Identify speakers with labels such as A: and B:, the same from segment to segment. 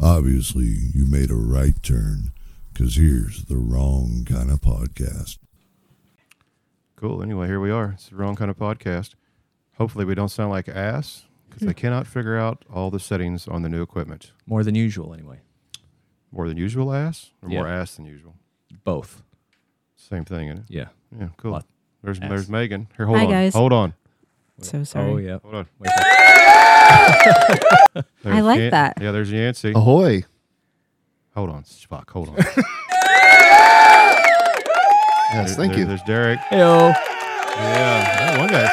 A: obviously you made a right turn because here's the wrong kind of podcast.
B: Cool. Anyway, here we are. It's the wrong kind of podcast. Hopefully, we don't sound like ass because they cannot figure out all the settings on the new equipment.
C: More than usual, anyway.
B: More than usual ass or more
C: Yeah.
B: ass than usual?
C: Both. Oh,
B: Same thing, is it?
C: Yeah.
B: Yeah, cool.
C: Lot-
B: There's
C: ass.
B: there's Megan. Here, hold
D: Hi,
B: on.
D: guys.
B: Hold on.
D: So sorry.
C: Oh yeah.
B: Hold on.
C: Wait a-
B: There's
D: like that.
B: Yeah, there's Yancy.
C: Oh.
E: Ahoy.
B: Hold on. Fuck, hold on. There-
E: Yes, thank
B: there-
E: you.
B: There's Derek.
C: Heyo.
B: Yeah, that one guy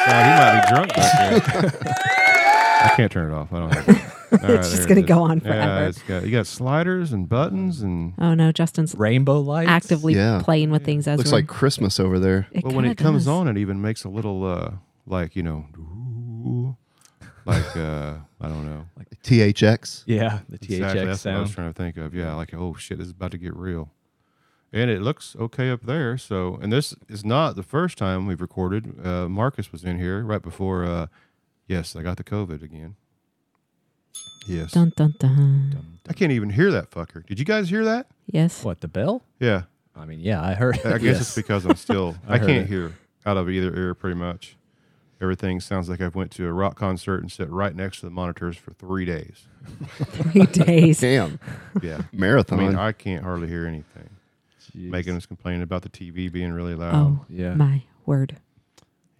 B: sounded he might be drunk back there. I can't turn it off. I don't have it. All right,
D: just
B: there it
D: gonna
B: is.
D: go on
B: Yeah,
D: forever.
B: it's got, you got sliders and buttons and.
D: Oh no, Justin's
C: Rainbow lights.
D: actively
E: Yeah.
D: playing with things as
E: Looks
D: we're-
E: like Christmas over there.
D: It
B: but when it
D: kinda
B: comes
D: does.
B: on, it even makes a little, uh, like, you know, like, uh, I don't know.
E: THX.
C: Yeah. The THX
B: Exactly, that's what I was
C: sound.
B: trying to think of. Yeah, like oh shit, this is about to get real. And it looks okay up there. So, and this is not the first time we've recorded. Uh, Marcus was in here right before. Uh, yes, I got the COVID again. Yes,
D: Dun dun dun.
B: I can't even hear that fucker. Did you guys hear that?
D: Yes.
C: What the bell?
B: Yeah,
C: I mean, yeah, I heard.
B: I guess it's
C: Yes.
B: because I'm still.
C: I
B: I,
C: heard
B: can't
C: it.
B: hear out of either ear pretty much. Everything sounds like I've went to a rock concert and sat right next to the monitors for three days.
D: Three days.
E: Damn.
B: Yeah, I
E: Marathon.
B: mean I can't hardly hear anything.
C: Jeez.
B: Megan was complaining about the TV being really loud.
D: Oh
C: Yeah.
D: my word.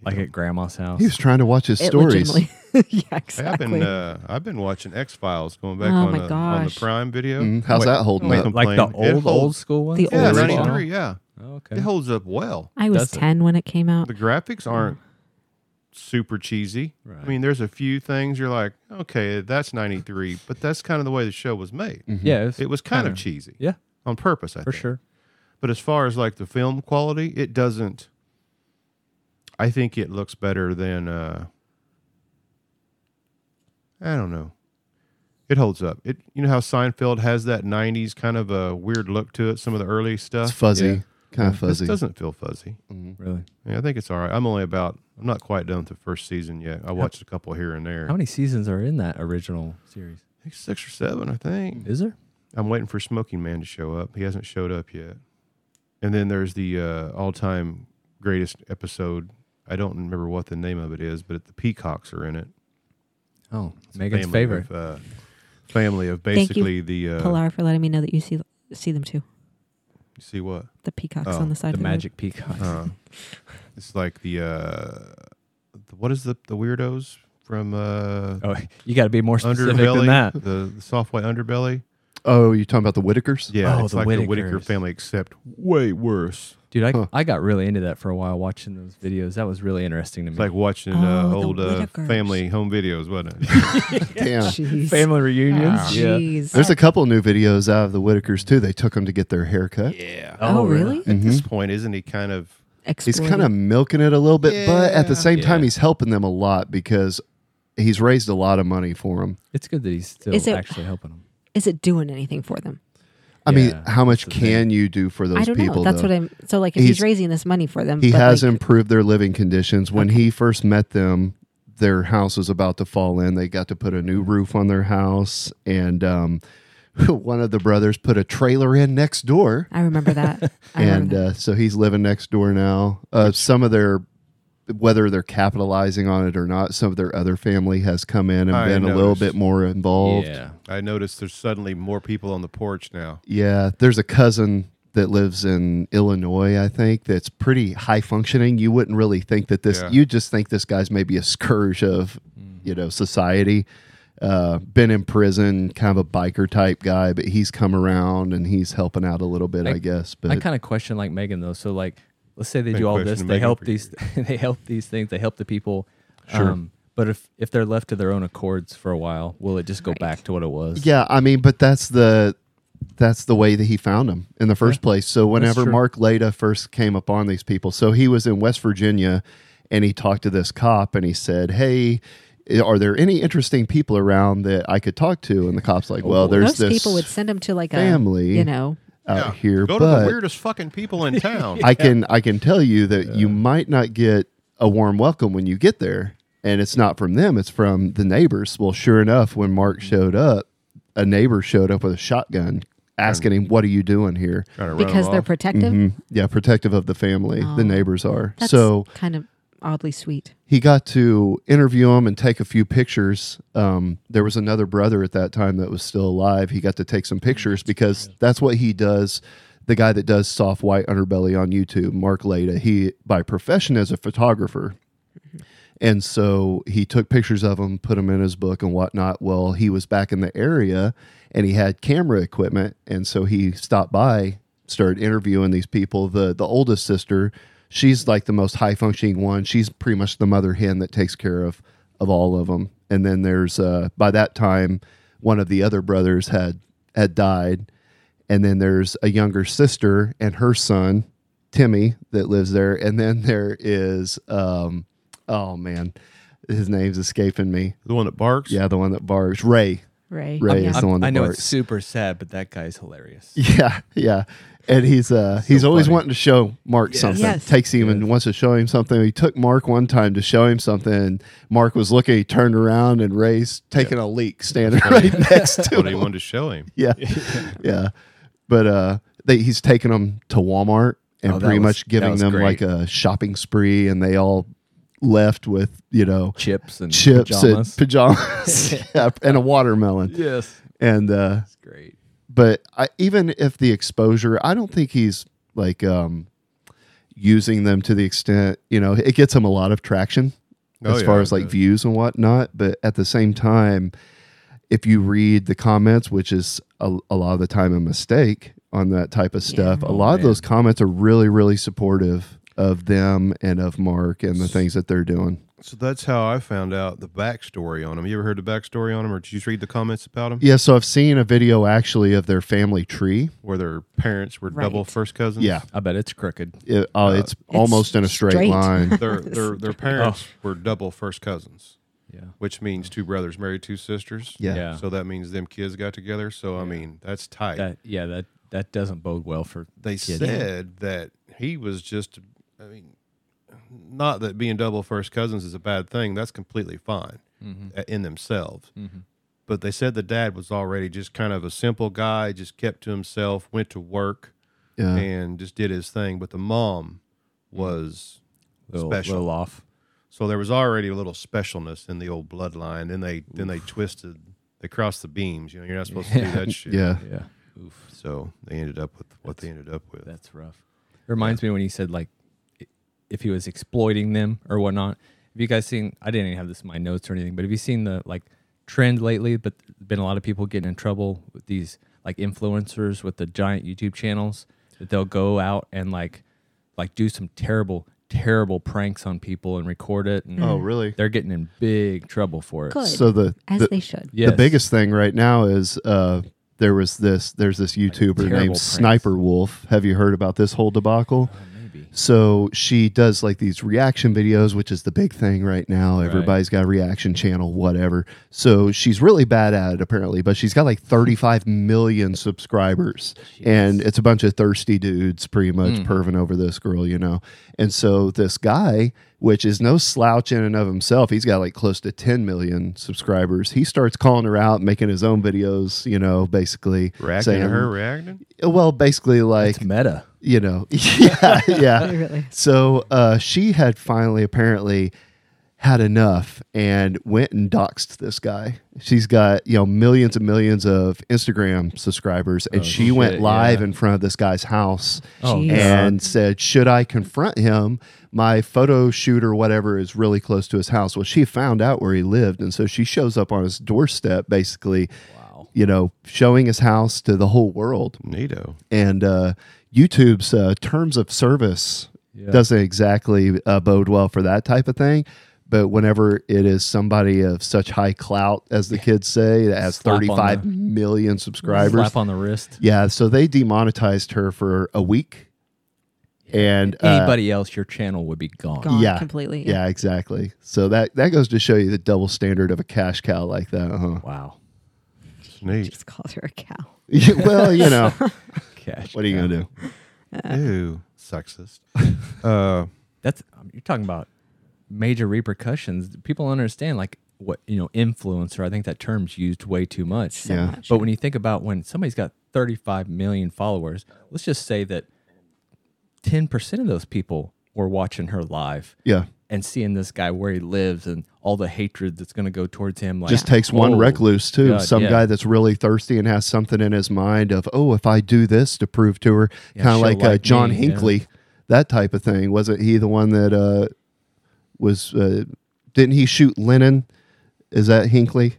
C: like at grandma's house.
E: he was trying to watch his
D: It
E: stories.
D: legitimately- yeah,
B: Hey, I've
D: exactly.
B: been uh, I've been watching X Files going back
D: Oh
B: on,
D: my
B: the, on the
D: gosh.
B: Prime Video.
E: Mm,
B: Wait,
E: how's that holding
B: wait,
E: up?
B: I'm-
C: like the
B: complained. It
C: old old
B: holds-
C: school one. Oh,
D: The
B: Yeah,
D: old
B: ninety
D: original.
B: three. Yeah,
C: Okay.
B: it holds up well.
D: I was
C: Does it?
D: ten when it came out.
B: The graphics aren't super cheesy. I
C: Right.
B: mean, there's a few things you're like, okay, that's ninety three, but that's kind of the way the show was made.
C: Mm-hmm. yeah.
B: It was kind of
C: kinda-
B: cheesy
C: Yeah.
B: on purpose, I
C: For
B: think.
C: sure.
B: But as far as like the film quality, it doesn't. I think it looks better than. Uh, I don't know. It holds up. It you know how Seinfeld has that '90s kind of a weird look to it. Some of the early
E: It's
B: stuff.
E: fuzzy.
C: Yeah.
E: Kind of
B: This
E: fuzzy.
B: doesn't feel fuzzy.
C: Really.
B: Yeah, I think it's all right. I'm only about. I'm not quite done with the first season yet. I watched a couple here and there.
C: How many seasons are in that original series?
B: I think six or seven. I think.
C: Is there?
B: I'm waiting for Smoking Man to show up. He hasn't showed up yet. And then there's the uh, all-time greatest episode. I don't remember what the name of it is, but the peacocks are in it.
C: Oh, Megan's
B: Family
C: favorite.
B: of, uh, family of
D: you,
B: basically the uh,
D: Pilar for letting me know that you see see them too.
B: you see what
D: The peacocks
B: Oh,
D: on the side
C: The
D: of the road.
C: magic peacock.
B: uh, it's like the, uh, the what is the the weirdos from uh,
C: Oh, you got to be more specific
B: Underbelly,
C: than that.
B: the, the soft white Underbelly.
E: Oh, you're talking about the Whitakers?
B: Yeah,
C: Oh,
B: it's
C: the
B: like the Whitaker
C: Whitakers.
B: family, except way worse.
C: Dude, I,
E: Huh.
C: I got really into that for a while watching those videos. That was really interesting to me.
B: It's like watching
D: Oh,
B: uh,
D: the
B: old uh,
D: Whitakers.
B: family home videos, wasn't it?
E: Damn.
D: Jeez. Oh,
C: family reunions. yeah.
D: Jeez.
E: There's a couple new videos out of the Whitakers, too. They took him to get their haircut.
B: Yeah.
D: Oh, really?
B: At this
E: Mm-hmm.
B: point, isn't he kind of?
E: He's kind of milking it a little bit, but at the
B: Yeah.
E: same time,
B: Yeah.
E: he's helping them a lot because he's raised a lot of money for them.
C: It's good that he's still
D: Is it-
C: actually helping them.
D: Is it doing anything for them?
E: I mean,
C: Yeah,
E: how much
C: that's the thing.
E: can you do for those
D: I don't know.
E: people?
D: That's
E: though?
D: what I'm. So like, if he's,
E: He's-
D: raising this money for them,
E: He
D: but,
E: has
D: like,
E: improved their living conditions. When he first met them, their house was about to fall in. They got to put a new roof on their house, and um, one of the brothers put a trailer in next door,
D: I remember that. I remember that.
E: and uh, so he's living next door now. Uh, some of their whether they're capitalizing on it or not, some of their other family has come in and
B: I
E: been a little
B: noticed.
E: bit more involved.
C: Yeah.
B: I noticed there's suddenly more people on the porch now.
E: Yeah, there's a cousin that lives in Illinois, I think, that's pretty high functioning. You wouldn't really think that this,
B: Yeah.
E: you just think this guy's maybe a scourge of, you know, society. Uh, been in prison, kind of a biker type guy, but he's come around and he's helping out a little bit, I, guess. But
C: I kind of question like Megan though. So like, let's say they
B: Been
C: do all
B: questioning
C: this, they
B: Megan
C: help
B: for
C: these, they help these things, they help the people. Sure. Um, but if if they're left to their own accords for a while, will it just go
D: Right.
C: back to what it was?
E: yeah, I mean, but that's the that's the way that he found them in the first place. So whenever
C: true.
E: Mark Leda first came upon these people, so he was in West Virginia and he talked to this cop and he said, "Hey, are there any interesting people around that I could talk to?" And the cop's
B: Oh,
E: like, "Well, there's
D: most
E: this
D: people would send him to like
E: family
D: a you know.
E: out here,
B: Go to
E: but
B: the weirdest fucking people in town.
E: I can I can tell you that you might not get a warm welcome when you get there, and it's not from them; it's from the neighbors. Well, sure enough, when Mark showed up, a neighbor showed up with a shotgun asking him, What are you doing here?
B: Trying to run 'em
D: because they're
B: off.
D: protective.
E: Mhm. Yeah, protective of the family.
D: Oh.
E: the neighbors are.
D: That's
E: so
D: kind of oddly sweet.
E: he got to interview him and take a few pictures. Um, there was another brother at that time that was still alive. He got to take some pictures because that's what he does. The guy that does soft white underbelly on YouTube, Mark Leda, he by profession is a photographer. And so he took pictures of them, put them in his book and whatnot. Well, he was back in the area and he had camera equipment. And so he stopped by, started interviewing these people. The the oldest sister, she's like the most high functioning one. She's pretty much the mother hen that takes care of of all of them. And then there's uh by that time one of the other brothers had had died. And then there's a younger sister and her son, Timmy, that lives there. And then there is um oh man, his name's escaping me.
B: the one that barks.
E: Yeah, the one that barks. Ray.
D: Ray.
E: Ray
D: Yeah.
E: is the one that
C: I know
E: barks.
C: it's super sad, but that guy's hilarious.
E: Yeah, yeah. And he's uh he's always wanting to show Mark something.
D: Yes.
E: Takes him and wants to show him something. He took Mark one time to show him something. And Mark was looking, he turned around and Ray's taking a leak standing right next to
B: What he
E: him.
B: wanted to show him.
E: Yeah. yeah. But uh they, he's taking them to Walmart and
C: Oh, that
E: pretty
C: was-
E: much
C: that
E: giving
C: was
E: them
C: great.
E: like a shopping spree and they all left with, you know,
C: Chips and
E: chips
C: pajamas.
E: and pajamas yeah, and a watermelon.
C: yes,
E: And uh
C: it's great.
E: but I, even if the exposure, I don't think he's like um, using them to the extent you know it gets him a lot of traction
B: Oh,
E: as
B: yeah,
E: far
B: it
E: as like
B: does.
E: views and whatnot. But at the same time, if you read the comments, which is a, a lot of the time a mistake on that type of stuff, a lot of
C: man.
E: those comments are really really supportive of them and of Mark and the things that they're doing.
B: So that's how I found out the backstory on him. You ever heard the backstory on him, or did you just read the comments about him?
E: Yeah, so I've seen a video actually of their family tree.
B: Where their parents were double
D: Right.
B: first cousins.
E: Yeah.
C: I bet it's crooked.
E: It, uh, it's, almost in a straight,
D: straight.
E: line.
B: their their their parents
D: Oh.
B: were double first cousins,
C: Yeah.
B: which means two brothers married two sisters.
E: Yeah.
C: Yeah.
B: So that means them kids got together. So I mean, that's tight.
C: That yeah, that that doesn't bode well for
B: they
C: kids.
B: said that he was just i mean not that being double first cousins is a bad thing that's completely fine uh in themselves but they said the dad was already just kind of a simple guy just kept to himself went to work
E: Yeah.
B: and just did his thing but the mom was
C: little,
B: special.
C: little off.
B: so there was already a little specialness in the old bloodline then they then they twisted they crossed the beams you know you're not supposed to do that shit
E: Yeah.
C: Yeah.
B: so they ended up with what they ended up with
C: That's rough. It reminds me when you said like i- if he was exploiting them or whatnot. Have you guys seen? I didn't even have this in my notes or anything, but have you seen the like trend lately? But there's been a lot of people getting in trouble with these like influencers with the giant YouTube channels that they'll go out and like like do some terrible terrible pranks on people and record it. And
E: Oh, really?
C: Mm. They're getting in big trouble for it.
D: Good.
E: So the
D: as
E: the,
D: they should.
E: the
C: Yes.
E: biggest thing right now is uh, there was this there's this YouTuber
C: terrible
E: named
C: pranks.
E: Sniper Wolf. Have you heard about this whole debacle?
C: Oh, maybe.
E: So she does like these reaction videos, which is the big thing right now. Everybody's got a reaction channel, whatever. So she's really bad at it apparently, but she's got like 35 million subscribers. And it's a bunch of thirsty dudes pretty much perving over this girl, you know. And so this guy, which is no slouch in and of himself, he's got like close to 10 million subscribers. He starts calling her out, making his own videos, you know, basically
B: reacting to her reacting
E: well, basically like
C: It's meta.
E: you know, yeah, yeah.
D: It really is.
E: So uh, she had finally apparently had enough and went and doxed this guy. She's got, you know, millions and millions of Instagram subscribers and she went
C: Oh, shit,
E: live
C: yeah.
E: in front of this guy's house
C: Oh,
D: Jeez.
E: and said, "Should I confront him? My photo shoot or whatever is really close to his house." Well, she found out where he lived, and so she shows up on his doorstep basically.
C: Wow.
E: You know, showing his house to the whole world
B: Neato.
E: and uh, YouTube's uh, terms of service
C: Yeah.
E: doesn't exactly uh, bode well for that type of thing. But whenever it is somebody of such high clout, as the kids say, that has
C: Slap on
E: 35
C: the- Mm-hmm.
E: million subscribers,
C: Slap on the wrist.
E: yeah, so they demonetized her for a week, and uh,
C: Anybody else, your channel would be
D: Gone
E: yeah,
D: completely.
E: yeah, exactly. So that that goes to show you the double standard of a cash cow like that, uh-huh. huh?
C: Wow.
B: It's neat.
D: Just called her a cow.
E: well, you know,
C: Cash.
E: what are you gonna do?
B: Ew, sexist. uh,
C: That's um, you're talking about major repercussions. People don't understand. Like what you know influencer. I think that term's used way too much.
D: So
E: Yeah.
D: much.
C: But when you think about when somebody's got 35 million followers, let's just say that 10% of those people were watching her live
E: Yeah.
C: and seeing this guy where he lives and all the hatred that's going to go towards him. Like,
E: just takes one
C: whoa.
E: recluse too.
C: God,
E: Some
C: yeah.
E: guy that's really thirsty and has something in his mind of, oh, if I do this to prove to her,
C: Yeah,
E: kind of
C: she'll
E: like, uh,
C: like
E: John
C: me, yeah.
E: Hinckley, that type of thing. Wasn't he the one that uh, was? Uh, didn't he shoot Lennon? Is that Hinckley?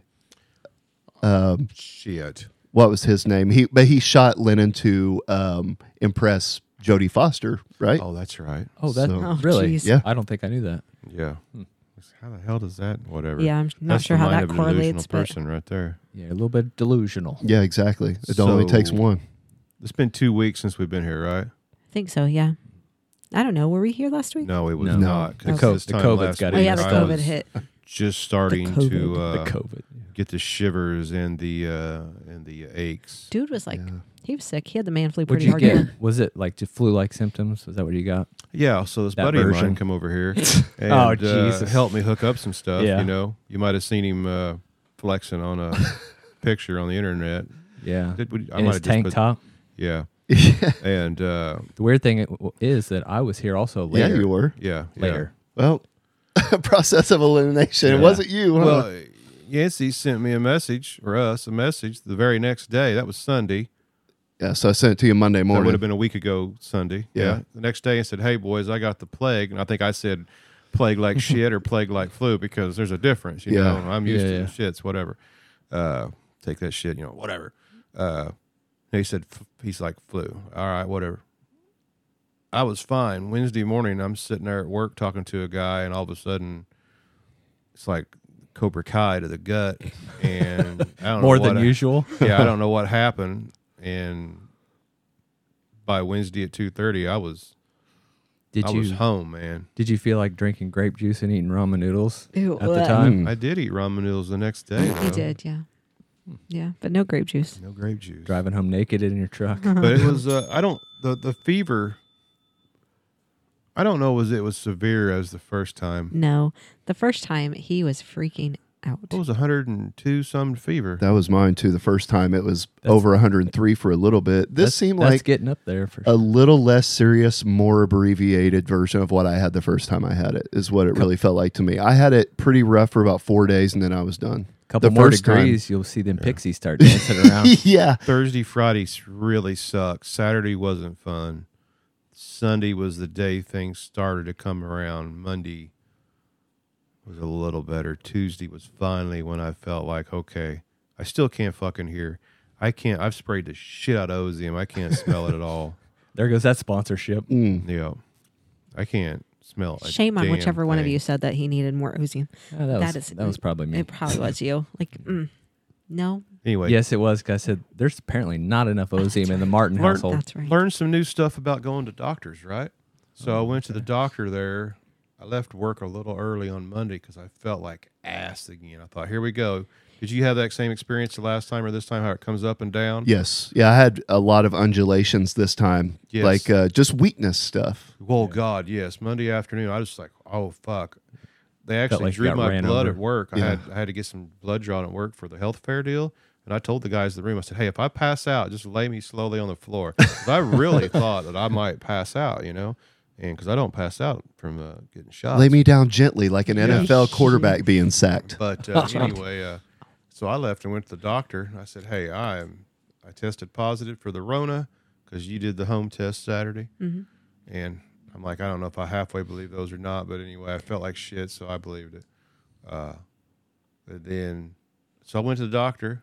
E: Um,
F: Shit.
E: What was his name? He but he shot Lennon to um, impress Jodie Foster, right?
B: Oh, that's right.
C: Oh, that
E: So-
D: Oh,
C: really?
D: geez.
E: Yeah.
C: I don't think I knew that.
B: Yeah. How the hell does that? Whatever.
D: Yeah, I'm not
B: That's
D: sure
B: the
D: how
B: mind
D: that
B: of a delusional
D: correlates, but
B: person right there.
C: Yeah, a little bit delusional.
E: Yeah, exactly. It only
B: So-
E: takes one.
B: It's been two weeks since we've been here, right?
D: I think so. Yeah. I don't know. Were we here last week?
B: No, it was
C: No.
B: not.
D: The
B: 'cause
C: co-
B: this
C: the
B: time
C: COVID's
B: last
C: got
D: Oh
B: week,
D: yeah, the
B: I
D: COVID
B: was
D: hit.
B: Just starting
D: The
B: to
D: COVID.
B: uh,
C: the COVID.
B: get the shivers and the uh, and the aches.
D: Dude was like,
E: Yeah.
D: he was sick. He had the man flu
C: What'd
D: pretty
C: you
D: hard.
C: get?
D: then.
C: Was it like flu like symptoms? Is that what you got?
B: Yeah, so this
C: That
B: buddy of mine
C: version.
B: come over here and
C: Oh,
B: uh,
C: Jesus.
B: help me hook up some stuff.
C: Yeah.
B: You know, you might have seen him uh, flexing on a picture on the internet.
C: Yeah.
B: Did we- I might
C: In his
B: have just
C: tank
B: put-
C: top.
B: Yeah, and uh,
C: The weird thing it- is that I was here also later.
E: Yeah, you were.
B: yeah, yeah.
C: Later.
E: Well, process of elimination. It
C: Yeah.
E: wasn't you. Huh?
B: Well, uh, Yancey sent me a message or us a message the very next day. That was Sunday.
E: yeah, so I sent it to you Monday
B: That would have
E: morning.
B: been a week ago Sunday.
E: Yeah.
B: The next day and said, Hey boys, I got the plague. And I think I said plague like shit or plague like flu because there's a difference, you
E: Yeah.
B: know. I'm used
C: Yeah,
B: to
C: yeah.
B: the shits, whatever. Uh take that shit, you know, whatever. Uh and he said f- he's like flu. All right, whatever. I was fine. Wednesday morning I'm sitting there at work talking to a guy and all of a sudden it's like Cobra Kai to the gut and I don't
C: More
B: know
C: than
B: what I-
C: usual.
B: yeah, I don't know what happened, and by Wednesday at two thirty, I was
C: Did
B: I
C: you
B: was home, man.
C: Did you feel like drinking grape juice and eating ramen noodles
D: Ew,
C: at the
D: bleh.
C: time?
B: I did eat ramen noodles the next day.
D: He
B: though.
D: did, yeah. Yeah, but no grape juice.
B: No grape juice,
C: Driving home naked in your truck.
B: but it was uh, I don't the the fever. I don't know was it was severe as the first time.
D: No. The first time he was freaking out.
B: It was hundred and two some fever.
E: That was mine too. The first time it was over 103 for a little bit. This
C: That's-
E: seemed
C: that's
E: like
C: getting up there for
E: a little less serious, more abbreviated version of what I had the first time I had it. Is what it really felt like to me. I had it pretty rough for about four days, and then I was done.
C: a couple
E: the
C: more
E: first
C: degrees. You'll see them pixies start dancing around.
E: Time, yeah,
B: Thursday, Friday s- really sucked. Saturday wasn't fun. Sunday was the day things started to come around. Monday was a little better. Tuesday was finally when I felt like, okay, I still can't fucking hear. I can't. I've sprayed the shit out of Ozium. I can't smell it at all.
C: There goes that sponsorship.
E: Mm,
B: Yeah, I can't smell. a
D: Shame on
B: damn
D: whichever one of
B: thing.
D: you said that he needed more Ozium.
C: Ah, that, was,
D: That is-
C: that was probably me.
D: It probably was you. Like, mm, no,
B: Anyway,
C: yes, it was. 'cause I said there's apparently not enough ozium in the Martin
B: Learn-
C: household.
D: that's right. Oh
B: learned some new stuff about going to doctors, right? So I went to the doctor there. I left work a little early on Monday because I felt like ass again. I thought, here we go. Did you have that same experience the last time or this time? How it comes up and down?
E: yes, yeah. I had a lot of undulations this time,
B: Yes.
E: like uh, just weakness stuff.
B: Well, God, yes. Monday afternoon, I was just like, oh fuck. They actually
C: like you
B: drew
C: got
B: my
C: ran
B: blood
C: over.
B: at work. I had I had to get some blood drawn at work for the health fair deal. And I told the guys in the room, I said, "Hey, if I pass out, just lay me slowly on the floor." 'Cause I really thought that I might pass out, you know, and because I don't pass out from uh, getting shot.
E: Lay me down gently, like an
B: Yeah.
E: NFL quarterback being sacked.
B: But uh, anyway, uh, so I left and went to the doctor. And I said, "Hey, I am. I tested positive for the Rona because you did the home test Saturday."
D: Mm-hmm.
B: And I'm like, I don't know if I halfway believe those or not, but anyway, I felt like shit, so I believed it. Uh, but then, so I went to the doctor.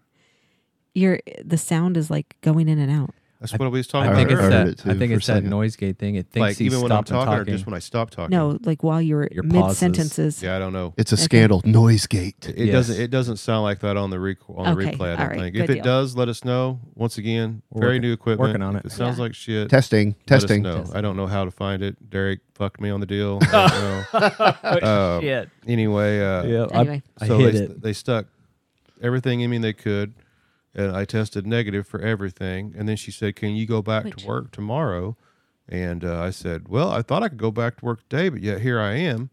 D: Your the sound is like going in and out.
B: That's what we was talking
C: I
E: I
B: about.
C: think it's
E: heard
B: earlier.
C: that.
E: it too
C: I think
E: for a
C: it's that
E: second.
C: noise gate thing. It thinks
B: like
C: he's
B: even when I'm
C: stopped
B: talking, or
C: and
B: just when I stop talking.
D: No, like while you're
C: Your
D: mid
C: pauses.
D: sentences.
B: Yeah, I don't know.
E: It's a scandal. Noise gate.
B: It
C: Yes.
B: doesn't. It doesn't sound like that on the rec- on the
D: Okay,
B: replay. I
D: all
B: don't
D: right,
B: think.
D: good
B: If it
D: deal.
B: does, let us know. Once again,
C: We're
B: very
C: working-
B: new equipment.
C: working on
B: If
C: it.
B: it sounds
D: Yeah.
B: like shit.
E: Testing. Testing.
B: Let us know. I don't know how to find it. Derek fucked me on the deal. I don't know.
C: Oh,
B: Uh,
C: shit.
B: Anyway, uh,
C: Yeah,
D: Anyway.
C: I, I
B: so
C: hit
B: they,
C: it.
B: they stuck everything in me they could, and I tested negative for everything. And then she said, "Can you go back
D: Which-
B: to work tomorrow?" And uh, I said, "Well, I thought I could go back to work today, but yet here I am."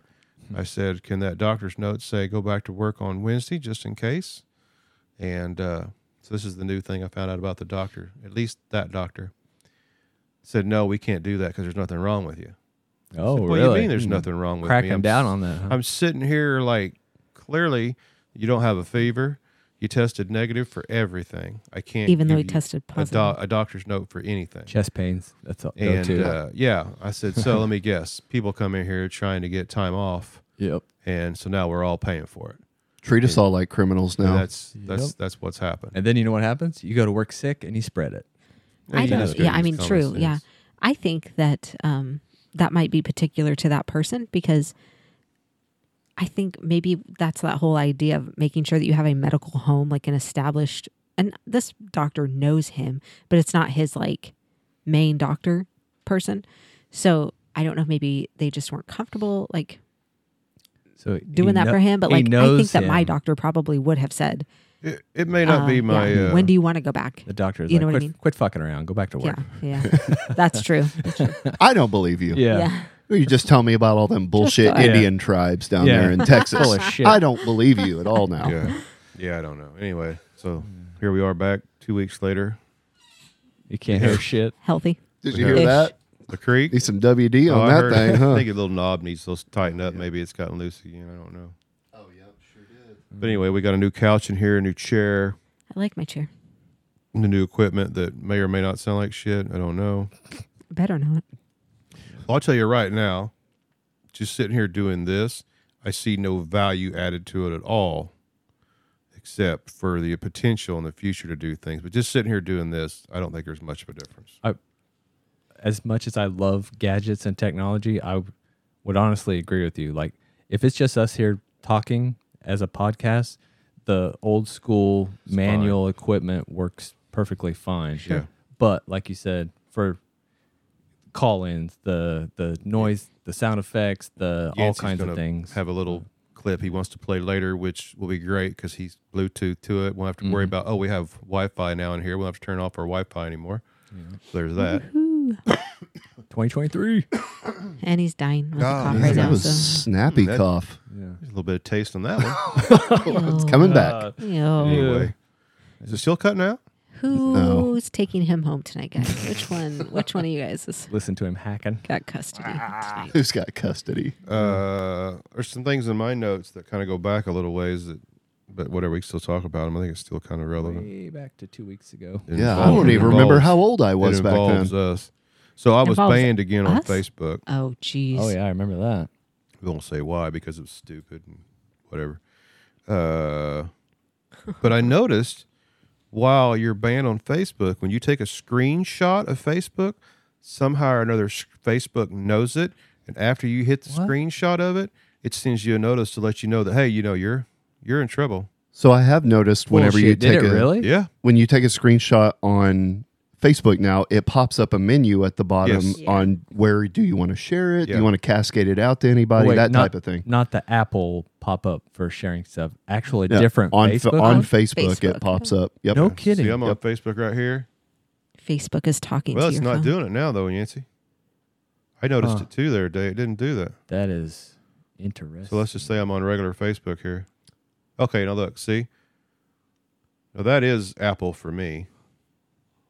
C: Hmm.
B: I said, "Can that doctor's note say go back to work on Wednesday, just in case?" And uh, so this is the new thing I found out about the doctor. At least that doctor said, "No, we can't do that because there's nothing wrong with you."
C: Oh,
B: What
C: really?
B: do you mean there's nothing wrong with
C: Crack
B: me?
C: him
B: I'm
C: down
B: s-
C: on that. huh?
D: Uh-huh.
B: I'm sitting here like clearly you don't have a fever. You tested negative for everything. I can't
D: Even though
B: give
D: he
B: you
D: tested
B: a,
D: positive.
B: doc- a doctor's note for anything.
C: Chest pains. That's all. go
B: and
C: to.
B: uh, yeah, I said, so let me guess. People come in here trying to get time off,
C: yep.
B: and so now we're all paying for it.
E: Treat us all like criminals
B: And
E: now.
B: that's that's
C: Yep.
B: that's what's happened.
C: And then you know what happens? You go to work sick and you spread it.
D: I
B: You
D: don't.
B: just gotta
D: yeah, I
B: use
D: mean,
B: common
D: true. Yeah,
B: sense.
D: I think that um, that might be particular to that person because I think maybe that's that whole idea of making sure that you have a medical home, like an established. And this doctor knows him, but it's not his like main doctor person. So I don't know. Maybe they just weren't comfortable like
C: So
D: doing that for him. But like, I think that my
C: doctor,
D: doctor probably would have said,
B: It, it may not
D: uh,
B: be my.
D: yeah,
B: uh,
D: when do you want to go back?"
C: the doctor is
D: You
C: like,
D: know what I
C: quit,
D: mean?
C: quit fucking around. Go back to
D: Yeah,
C: work.
D: yeah, that's true. That's true.
E: I don't believe you.
C: Yeah.
D: yeah.
E: You just tell me about all them bullshit
D: go ahead.
E: Indian tribes down
C: Yeah.
E: there in Texas.
C: Full of shit.
E: I don't believe you at all now.
B: yeah, yeah, I don't know. Anyway, so here we are back two weeks later.
C: You can't hear shit.
D: Healthy.
E: Did you
B: Yeah.
E: hear
D: Ish.
E: that?
B: The creek.
E: Need some WD
B: Oh,
E: on
B: I
E: that
B: heard-
E: thing, huh?
B: I think a little knob needs to tighten up. Maybe it's gotten loose again. I don't know.
E: oh, yeah, sure did.
B: But anyway, we got a new couch in here, a new chair,
D: I like my chair.
B: and the new equipment that may or may not sound like shit. I don't know.
D: Better not.
B: Well, I'll tell you right now, just sitting here doing this, I see no value added to it at all, except for the potential in the future to do things. But just sitting here doing this, I don't think there's much of a difference.
C: As much as I love gadgets and technology, I w- would honestly agree with you. Like, if it's just us here talking as a podcast, the old school manual equipment works perfectly fine.
B: Sure.
C: But like you said, for call ins, the the noise, the sound effects, the
B: Yancey's
C: all kinds
B: gonna
C: of things.
B: Have a little clip he wants to play later, which will be great because he's Bluetooth to it. We'll have to worry
C: Mm-hmm.
B: about oh, we have Wi-Fi now in here. We'll have to turn off our Wi-Fi anymore. So there's that.
E: Mm-hmm.
C: 2023.
D: And he's dying with
B: God,
D: a cough
B: yeah,
D: right
E: Oh, that
D: now.
E: was
D: So.
E: snappy
B: That-
E: cough.
B: There's a little bit of taste on that one.
E: It's coming back.
C: Uh,
D: Ew.
B: anyway, is it still cutting out?
D: Who's taking him home tonight, guys? Which one? Which one of you guys has
C: listen to him hacking.
D: got custody tonight?
E: Who's got custody?
B: Uh, there's some things in my notes that kind of go back a little ways that, but whatever we can still talk about them. I think it's still kind of relevant.
C: Way back to two weeks ago.
B: It
E: yeah, I
B: involves-
E: don't
B: it
E: even remember
B: involves-
E: how old I was
B: it
E: back then.
B: involves uh, us. So I was
D: Involves
B: banned again on
D: us?
B: Facebook.
D: Oh, jeez.
C: Oh yeah, I remember that.
B: We won't say why because it was stupid and whatever. Uh, but I noticed while you're banned on Facebook, when you take a screenshot of Facebook, somehow or another s- Facebook knows it, and after you hit the
C: What?
B: screenshot of it, it sends you a notice to let you know that hey, you know you're you're in trouble.
E: So I have noticed whenever you
C: Bullshit.
E: take
C: did it
E: a
C: really?
B: Yeah,
E: when you take a screenshot on Facebook now, it pops up a menu at the bottom
B: Yes.
D: Yeah.
E: on where do you want to share it? Do
B: Yeah.
E: you want to cascade it out to anybody?
C: Wait,
E: that
C: not,
E: type of thing.
C: Not the Apple pop up for sharing stuff. Actually,
E: Yeah.
C: different
E: on fa-
C: Facebook.
E: on
C: app?
E: Facebook,
D: Facebook.
E: it pops up. Yep.
C: no kidding.
B: see, I'm on Facebook right here.
D: Facebook is talking
B: Well,
D: to
B: it's
D: your
B: not
D: phone.
B: doing it now though, Yancy. I noticed
C: Huh.
B: it too the other day. It didn't do that.
C: that is interesting.
B: So let's just say I'm on regular Facebook here. Okay, now look, see? Now that is Apple for me.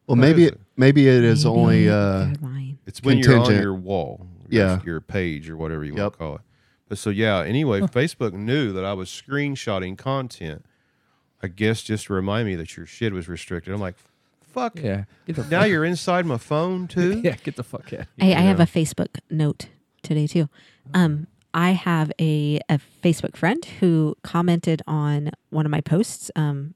E: Well,
B: What
E: maybe
B: is
E: it, maybe it is
D: Maybe
E: only. Uh,
D: they're lying.
B: It's when you're on
E: Contingent.
B: your wall, your,
E: Yeah.
B: your page or whatever you want
E: Yep.
B: to call it. But so yeah, anyway, Facebook knew that I was screenshotting content. I guess just to remind me that your shit was restricted. I'm like, fuck.
C: yeah, get the
B: Now
C: fuck,
B: you're inside my phone too.
C: yeah, get the fuck out.
D: Hey, I have a Facebook note today too. Um, I have a, a Facebook friend who commented on one of my posts. Um,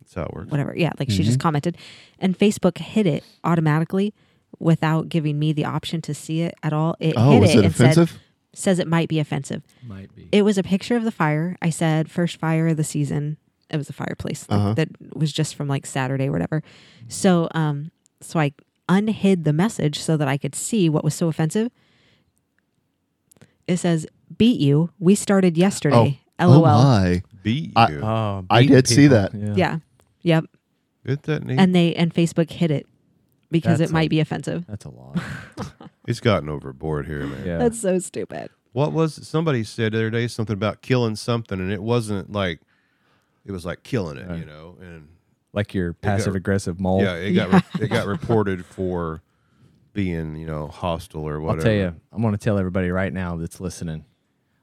B: That's how it works.
D: whatever. Yeah, like she
E: Mm-hmm.
D: just commented, and Facebook hid it automatically without giving me the option to see it at all. It
E: oh,
D: hid
E: is
D: it,
E: it
D: and
E: offensive?
D: said says it might be offensive.
C: Might be.
D: It was a picture of the fire. I said first fire of the season. It was a fireplace like,
E: Uh-huh.
D: that was just from like Saturday or whatever. So um, so I unhid the message so that I could see what was so offensive. It says beat you. We started yesterday.
E: Oh
D: LOL.
E: my!
B: Beat
E: I- uh,
B: you.
C: oh,
E: I
C: beat
E: did see
C: people.
E: that.
C: Yeah.
D: Yeah. Yep.
B: Isn't that neat?
D: And they and Facebook hid it because
C: That's
D: it might
C: a-
D: be offensive.
C: that's a lot.
B: it's gotten overboard here, man.
C: Yeah,
D: That's so stupid.
B: What was somebody said the other day something about killing something, and it wasn't like it was like killing it, you know. And
C: like your passive aggressive mold.
B: yeah, it got re- it got reported for being you know hostile or
C: I'll
B: whatever.
C: tell you, I'm going to tell everybody right now that's listening.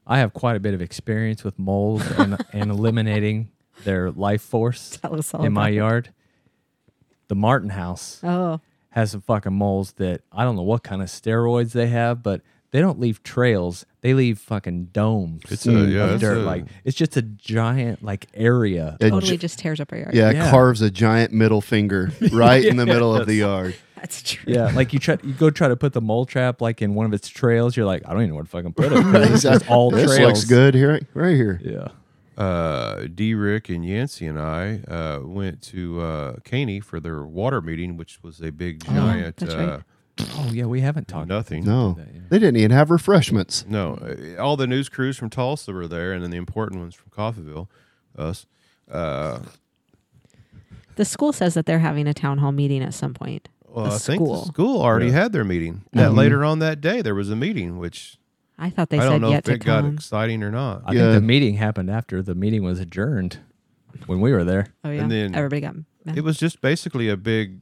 C: I have quite a bit of experience with moles and, and eliminating their life force
D: Tell us all
C: in my
D: about it.
C: yard. The Martin house
D: Oh,
C: has some fucking moles that I don't know what kind of steroids they have, but they don't leave trails. They leave fucking domes
B: It's a- yeah,
C: of
B: it's
C: dirt.
B: a-
C: like it's just a giant like area.
E: A
D: totally
E: gi-
D: just tears up our yard.
E: yeah,
C: Yeah.
E: carves a giant middle finger right in the middle of the yard.
D: That's true.
C: Yeah, like you try, you go try to put the mole trap like in one of its trails. You're like, I don't even know where to fucking put it. 'cause It's just all
E: this
C: trails.
E: looks good here, right here.
C: Yeah.
B: uh, D. Rick and Yancey and I uh, went to uh, Caney for their water meeting, which was a big giant.
D: that's right.
B: uh,
C: Oh yeah, we haven't talked.
B: Nothing.
E: No, they didn't even have refreshments.
B: No, uh, all the news crews from Tulsa were there, and then the important ones from Coffeeville, us. Uh,
D: The school says that they're having a town hall meeting at some point.
B: well,
D: The
B: I think the
D: school.
B: school already had their meeting. That later on that day, there was a meeting, which
D: I thought they
B: I
D: said
B: don't know
D: yet
B: if
D: to
B: it got
D: come.
B: exciting or not.
C: I
E: Yeah.
C: think the meeting happened after the meeting was adjourned when we were there.
D: oh yeah,
B: and then-
D: everybody got. Mad.
B: It was just basically a big.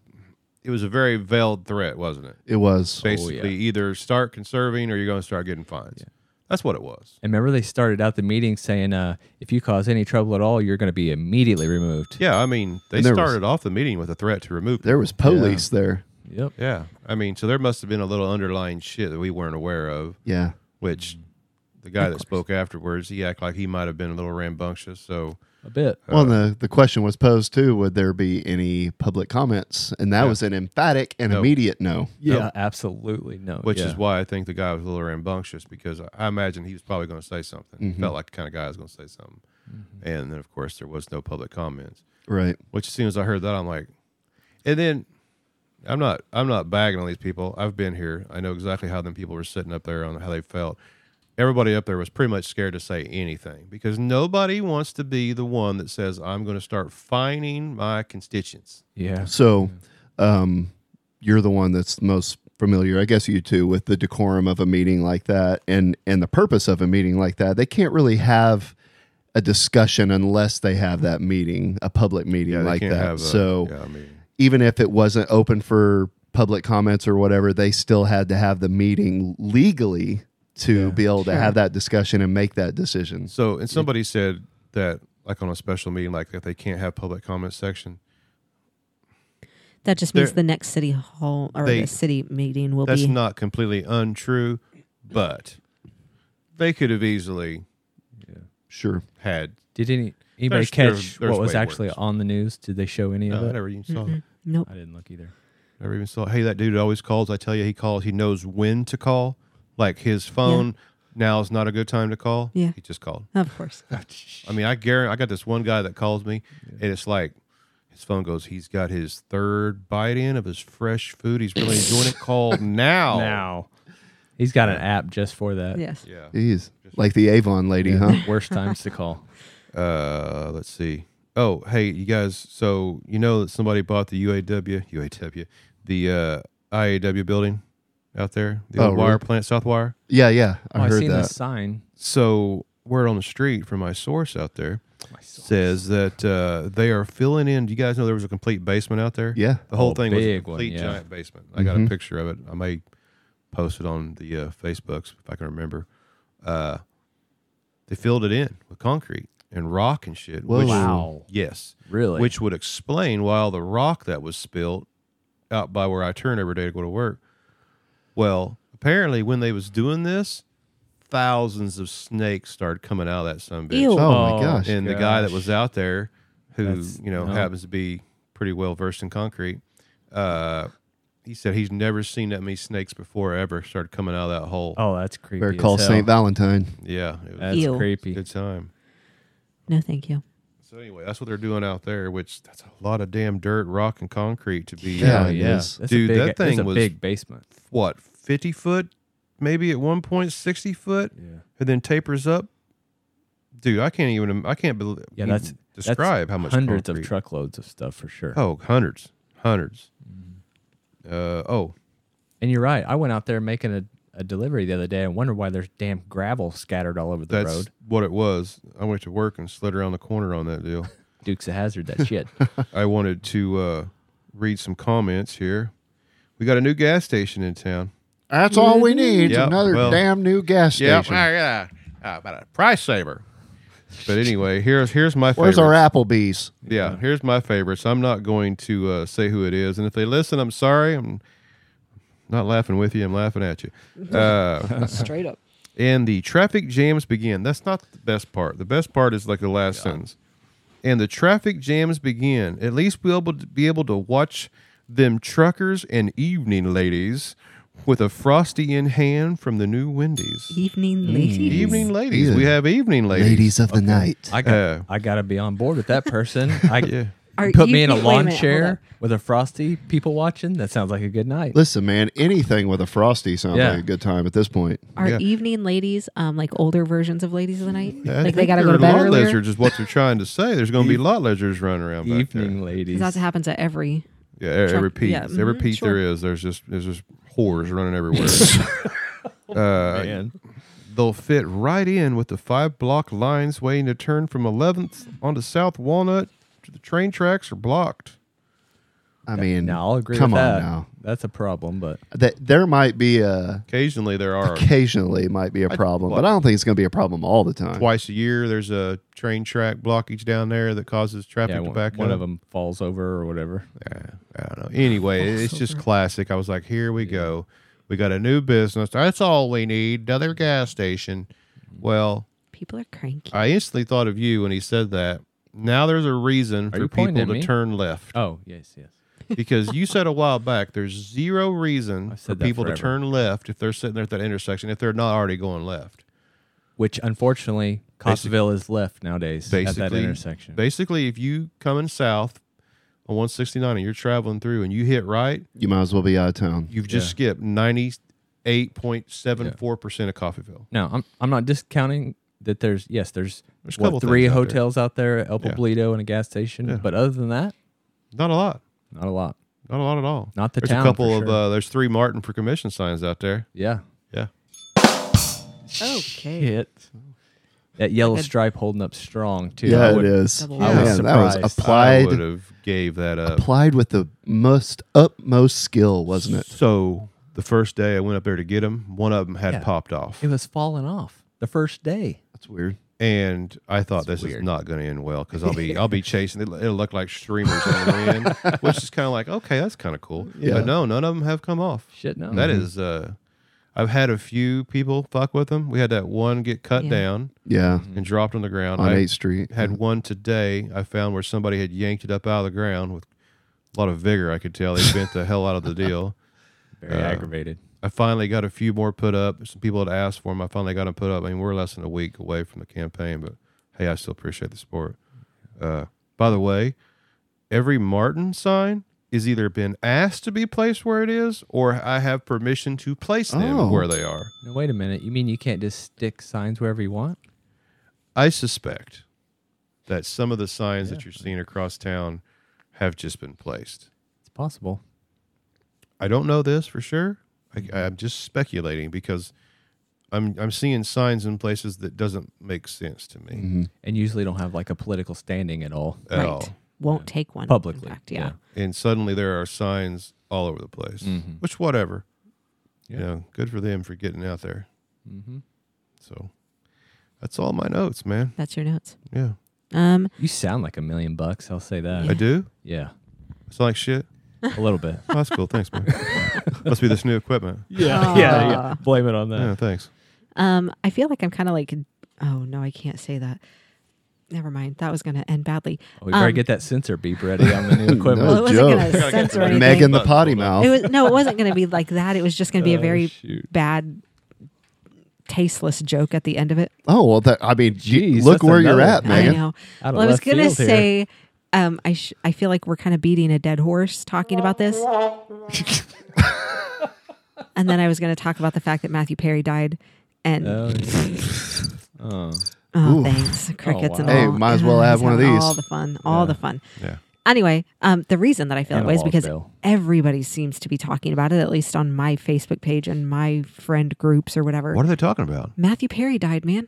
B: It was a very veiled threat, wasn't it?
E: It was.
B: Basically, either start conserving or you're going to start getting fines. That's what it was.
C: And remember, they started out the meeting saying, uh, "If you cause any trouble at all, you're going to be immediately removed."
B: Yeah, I mean, they
E: And there was-
B: started off the meeting with a threat to remove.
E: There was police there.
C: Yep.
B: yeah, I mean, so there must have been a little underlying shit that we weren't aware of.
E: Yeah.
B: which the guy that spoke afterwards, he acted like he might have been a little rambunctious. So
C: A bit.
E: Well, and the, the question was posed too would there be any public comments? And that was an emphatic and
B: No.
E: immediate no.
C: Yeah. Oh, Absolutely no.
B: which is
C: yeah.
B: why I think the guy was a little rambunctious because I- I imagine he was probably going to say something.
E: Mm-hmm.
B: Felt like the kind of guy was going to say something. And then, of course, there was no public comments.
E: Right.
B: Which as soon as I heard that, I'm like, and then I'm not I'm not bagging on these people. I've been here. I know exactly how them people were sitting up there on how they felt. Everybody up there was pretty much scared to say anything because nobody wants to be the one that says I'm going to start fining my constituents.
C: Yeah.
E: So um, you're the one that's most familiar, I guess you two, with the decorum of a meeting like that and, and the purpose of a meeting like that. They can't really have a discussion unless they have that meeting, a public meeting
B: they
E: like
B: can't
E: that.
B: have a-
E: so
B: yeah, I mean,
E: even if it wasn't open for public comments or whatever, they still had to have the meeting legally to be able to
D: Sure.
E: have that discussion and make that decision.
B: so and somebody said that like on a special meeting like that they can't have public comment section.
D: that just means
B: there-
D: the next city hall or
B: They-
D: the city meeting will
B: That's
D: be.
B: not completely untrue, but they could have easily
E: Sure.
B: had
C: Did any anybody
B: There's-
C: catch
B: there's- there's
C: what was
B: way
C: actually
B: worse.
C: on the news? Did they show any
B: no,
C: of
B: I
C: it?
B: never even uh, saw it.
D: nope.
C: I didn't look either.
B: Never even saw. Hey, that dude always calls. I tell you, he calls. He knows when to call. Like his phone now is not a good time to call.
D: Yeah.
B: he just called.
D: Of course.
B: I mean, I guarantee. I got this one guy that calls me, and it's like his phone goes. He's got his third bite in of his fresh food. He's really enjoying it. Call now.
C: Now, he's got an app just for that.
D: yes.
B: Yeah.
E: Jeez. Like the Avon lady, huh?
C: Worst times to call.
B: Uh, let's see. Oh, hey, you guys. So you know that somebody bought the UAW, UAW, the uh, IAW building out there, the
E: Oh,
B: old wire
E: really?
B: plant, South Wire.
E: Yeah, yeah. I
C: Oh, I
E: heard
C: seen
E: that.
C: this sign.
B: So word on the street from my source out there says that uh, they are filling in. Do you guys know there was a complete basement out there?
E: Yeah. Mm-hmm.
B: the whole
C: Oh,
B: thing was a
C: big one,
B: complete
C: yeah.
B: giant basement. I got a picture of it. I may post it on the uh, Facebooks if I can remember. Uh, they filled it in with concrete and rock and shit.
E: Whoa.
B: Which,
C: Oh, Wow.
B: Yes.
C: Really?
B: Which would explain why all the rock that was spilled out by where I turn every day to go to work. Well, apparently when they was doing this, thousands of snakes started coming out of that sun bitch.
D: Ew.
E: Oh, my gosh.
B: And the guy that was
C: gosh.
B: out there, who
C: That's-
B: you know
C: no.
B: happens to be pretty well versed in concrete, uh, he said he's never seen that many snakes before ever started coming out of that hole.
C: Oh, that's creepy.
E: Better
C: as
E: call
C: hell.
E: St. Valentine.
B: Yeah, it was
C: That's
D: Ew.
B: a
C: creepy.
B: good time.
D: No, thank you.
B: So anyway, that's what they're doing out there, which that's a lot of damn dirt, rock, and concrete to be
E: Yeah.
C: Oh
E: it
C: yeah,
E: is.
C: That's
B: Dude,
C: a big,
B: that
C: that's
B: thing
C: a
B: was-
C: big basement.
B: what fifty foot, maybe at one point sixty foot,
C: Yeah,
B: and then tapers up. Dude, I can't even. I can't believe.
C: yeah. That's
B: describe
C: that's
B: how much
C: hundreds
B: concrete.
C: of truckloads of stuff for sure.
B: Oh, hundreds, 100s Uh, oh,
C: And you're right. I went out there making a a delivery the other day and wondered why there's damn gravel scattered all over the
B: That's
C: road.
B: what it was. I went to work and slid around the corner on that deal.
C: Dukes of Hazard, that shit.
B: I wanted to uh, read some comments here. We got a new gas station in town.
E: That's all we need.
B: Yep,
E: Another
B: well-
E: damn new gas station.
B: yeah. Uh, About a price saver. But anyway, here's here's my
E: Where's
B: favorites.
E: our Applebee's?
B: Yeah, here's my favorites. I'm not going to uh, say who it is, and if they listen, I'm sorry. I'm not laughing with you. I'm laughing at you. Uh,
D: Straight up.
B: and the traffic jams begin. That's not the best part. The best part is like the last sentence. And the traffic jams begin. At least we'll able to be able to watch them truckers and evening ladies with a frosty in hand from the new Wendy's.
D: Evening ladies.
B: Mm. Evening ladies. We
E: Yeah.
B: have evening ladies.
E: Ladies of the night.
C: I got,
B: Uh,
C: I got to be on board with that person. I
D: Are
C: put me in a
D: evening- wait
C: lawn
D: minute, hold up.
C: chair with a frosty, people watching. That sounds like a good night.
E: Listen, man, anything with a frosty sounds
C: Yeah.
E: like a good time at this point.
D: Are
B: Yeah.
D: evening ladies um like older versions of ladies of the night?
B: I
D: like they
B: think
D: got to go
B: they're
D: to bed
B: lot
D: earlier.
B: lizards is what they're trying to say. There's going to be lot lizards running around back there.
C: Evening ladies.
D: 'Cause That happens at every.
B: Yeah, every, every
D: Truck-
B: peat,
D: yeah,
B: every
D: mhm,
B: peat
D: sure.
B: there is. There's just there's just whores running everywhere. uh,
C: Man.
B: they'll fit right in with the five block lines waiting to turn from 11th onto South Walnut. to The train tracks are blocked.
E: I mean,
C: Now I'll agree
E: come
C: with
E: on
C: that.
E: now.
C: That's a problem, but
E: That there might be a
B: Occasionally there are
E: occasionally might be a problem, but I don't think it's going to be a problem all the time.
B: twice a year. There's a train track blockage down there that causes traffic
C: yeah,
B: to
C: one,
B: back
C: one
B: up.
C: of them falls over or whatever.
B: I don't know. Anyway,
C: Oh,
B: it's just classic. I was like, here we go. We got a new business. That's all we need. Another gas station.
C: Mm-hmm.
B: Well,
D: People are cranky.
B: I instantly thought of you when he said that. Now there's a reason for
C: you pointing
B: people
C: at
B: to
C: me?
B: turn left
C: Oh, yes, yes.
B: because you said a while back there's zero reason
C: I've
B: for
C: said that
B: people to
C: forever.
B: turn left if they're sitting there at that intersection if they're not already going left.
C: Which unfortunately,
B: Basic-
C: Costville is left nowadays at that
B: Basically-
C: intersection.
B: Basically, if you come in south on 169 and you're traveling through and you hit right,
E: You might as well be out of town.
B: you've just skipped 98.74% of Coffeeville.
C: No, I'm I'm not discounting that. There's yes, there's,
B: There's a
C: what,
B: couple
C: three
B: things out there.
C: hotels out there, El Poblito and a gas station. But other than that,
B: Not a lot.
C: not a lot.
B: Not a lot at all.
C: Not the
B: there's
C: town,
B: a couple
C: for
B: of
C: sure.
B: uh, there's three Martin for commission signs out there.
C: Yeah,
B: Yeah.
D: Okay.
C: it that yellow
D: Like a-
C: stripe holding up strong too. I
E: yeah, it
C: would-
E: is.
D: double
E: Yeah,
C: I was
E: that was
C: surprised.
B: I
E: applied
B: would have gave that up.
E: applied with the most utmost skill, wasn't it?
B: So the first day I went up there to get them, one of them had
C: Yeah.
B: popped off,
C: It was falling off the first day.
E: That's weird.
B: and I thought this is
C: weird.
B: not going to end well because I'll be I'll be chasing. It'll, it'll look like streamers on the end, which is kind of like okay, that's kind of cool.
E: Yeah.
B: But no, none of them have come off.
C: Shit, no.
B: That is, uh, I've had a few people fuck with them. We had that one get cut
D: Yeah.
B: down
E: Yeah,
C: Mm-hmm.
B: and dropped on the ground.
E: on
B: I-
E: 8th Street.
B: had one today I found where somebody had yanked it up out of the ground with a lot of vigor. I could tell they bent the hell out of the deal.
C: very
D: Uh,
C: aggravated.
B: I finally got a few more put up. Some people had asked for them. I finally got them put up. I mean, we're less than a week away from the campaign, but hey, I still appreciate the support. Uh, by the way, every Martin sign is either been asked to be placed where it is, or I have permission to place them
E: Oh.
B: where they are.
C: No, wait a minute. You mean you can't just stick signs wherever you want?
B: I suspect that some of the signs that you're seeing across town have just been placed.
C: It's possible.
B: I don't know this for sure. I, I'm just speculating because I'm I'm seeing signs in places that doesn't make sense to me
C: And usually don't have like a political standing at all.
B: at
D: right.
B: all.
D: Won't take one in
C: Publicly,
D: fact, yeah.
C: yeah.
B: And suddenly there are signs all over the place.
C: Mm.
D: Mm-hmm.
B: Which whatever, you know, good for them for getting out there.
C: Mm-hmm.
B: So that's all my notes, man.
D: That's your notes.
B: Yeah,
D: Um.
C: You sound like a million bucks. I'll say that.
B: I do.
C: Yeah,
B: It's like shit.
C: a little bit.
B: Oh, that's cool. Thanks, man. Must be this new equipment.
C: yeah, yeah, yeah. Blame it on that.
B: Yeah, thanks.
D: Um. I feel like I'm kind of like. Oh no, I can't say that. Never mind. That was going to end badly.
C: Oh, We better
D: Um,
C: get that sensor beep ready on the new equipment.
D: Well, it wasn't
E: joke.
D: going to censor anything.
E: Megan the
B: Button
E: potty
B: pulled
E: mouth.
D: It was no, it wasn't going to be like that. It was just going to be a very
C: shoot.
D: bad, tasteless joke at the end of it.
E: oh well, that I mean, you-
C: Jeez,
E: look
C: that's
E: where you're
C: another-
E: at,
C: I
E: Megan.
D: I know.
C: Out of
D: Well, I was
C: left
D: gonna
C: field here.
D: say, um, I sh- I feel like we're kind of beating a dead horse talking about this. and then I was gonna talk about the fact that Matthew Perry died, and
C: Oh,
D: oh,
C: yeah. Oh.
D: thanks crickets
C: wow.
D: and
E: Hey,
D: all.
E: might as well
D: Ah,
E: have
D: he's
E: one of
D: having
E: these.
D: All the fun, all the fun.
B: Yeah.
D: Anyway, um, the reason that I feel
C: And a
D: that way is
C: water
D: because
C: bill.
D: everybody seems to be talking about it, at least on my Facebook page and my friend groups or whatever.
B: What are they talking about?
D: Matthew Perry died, man.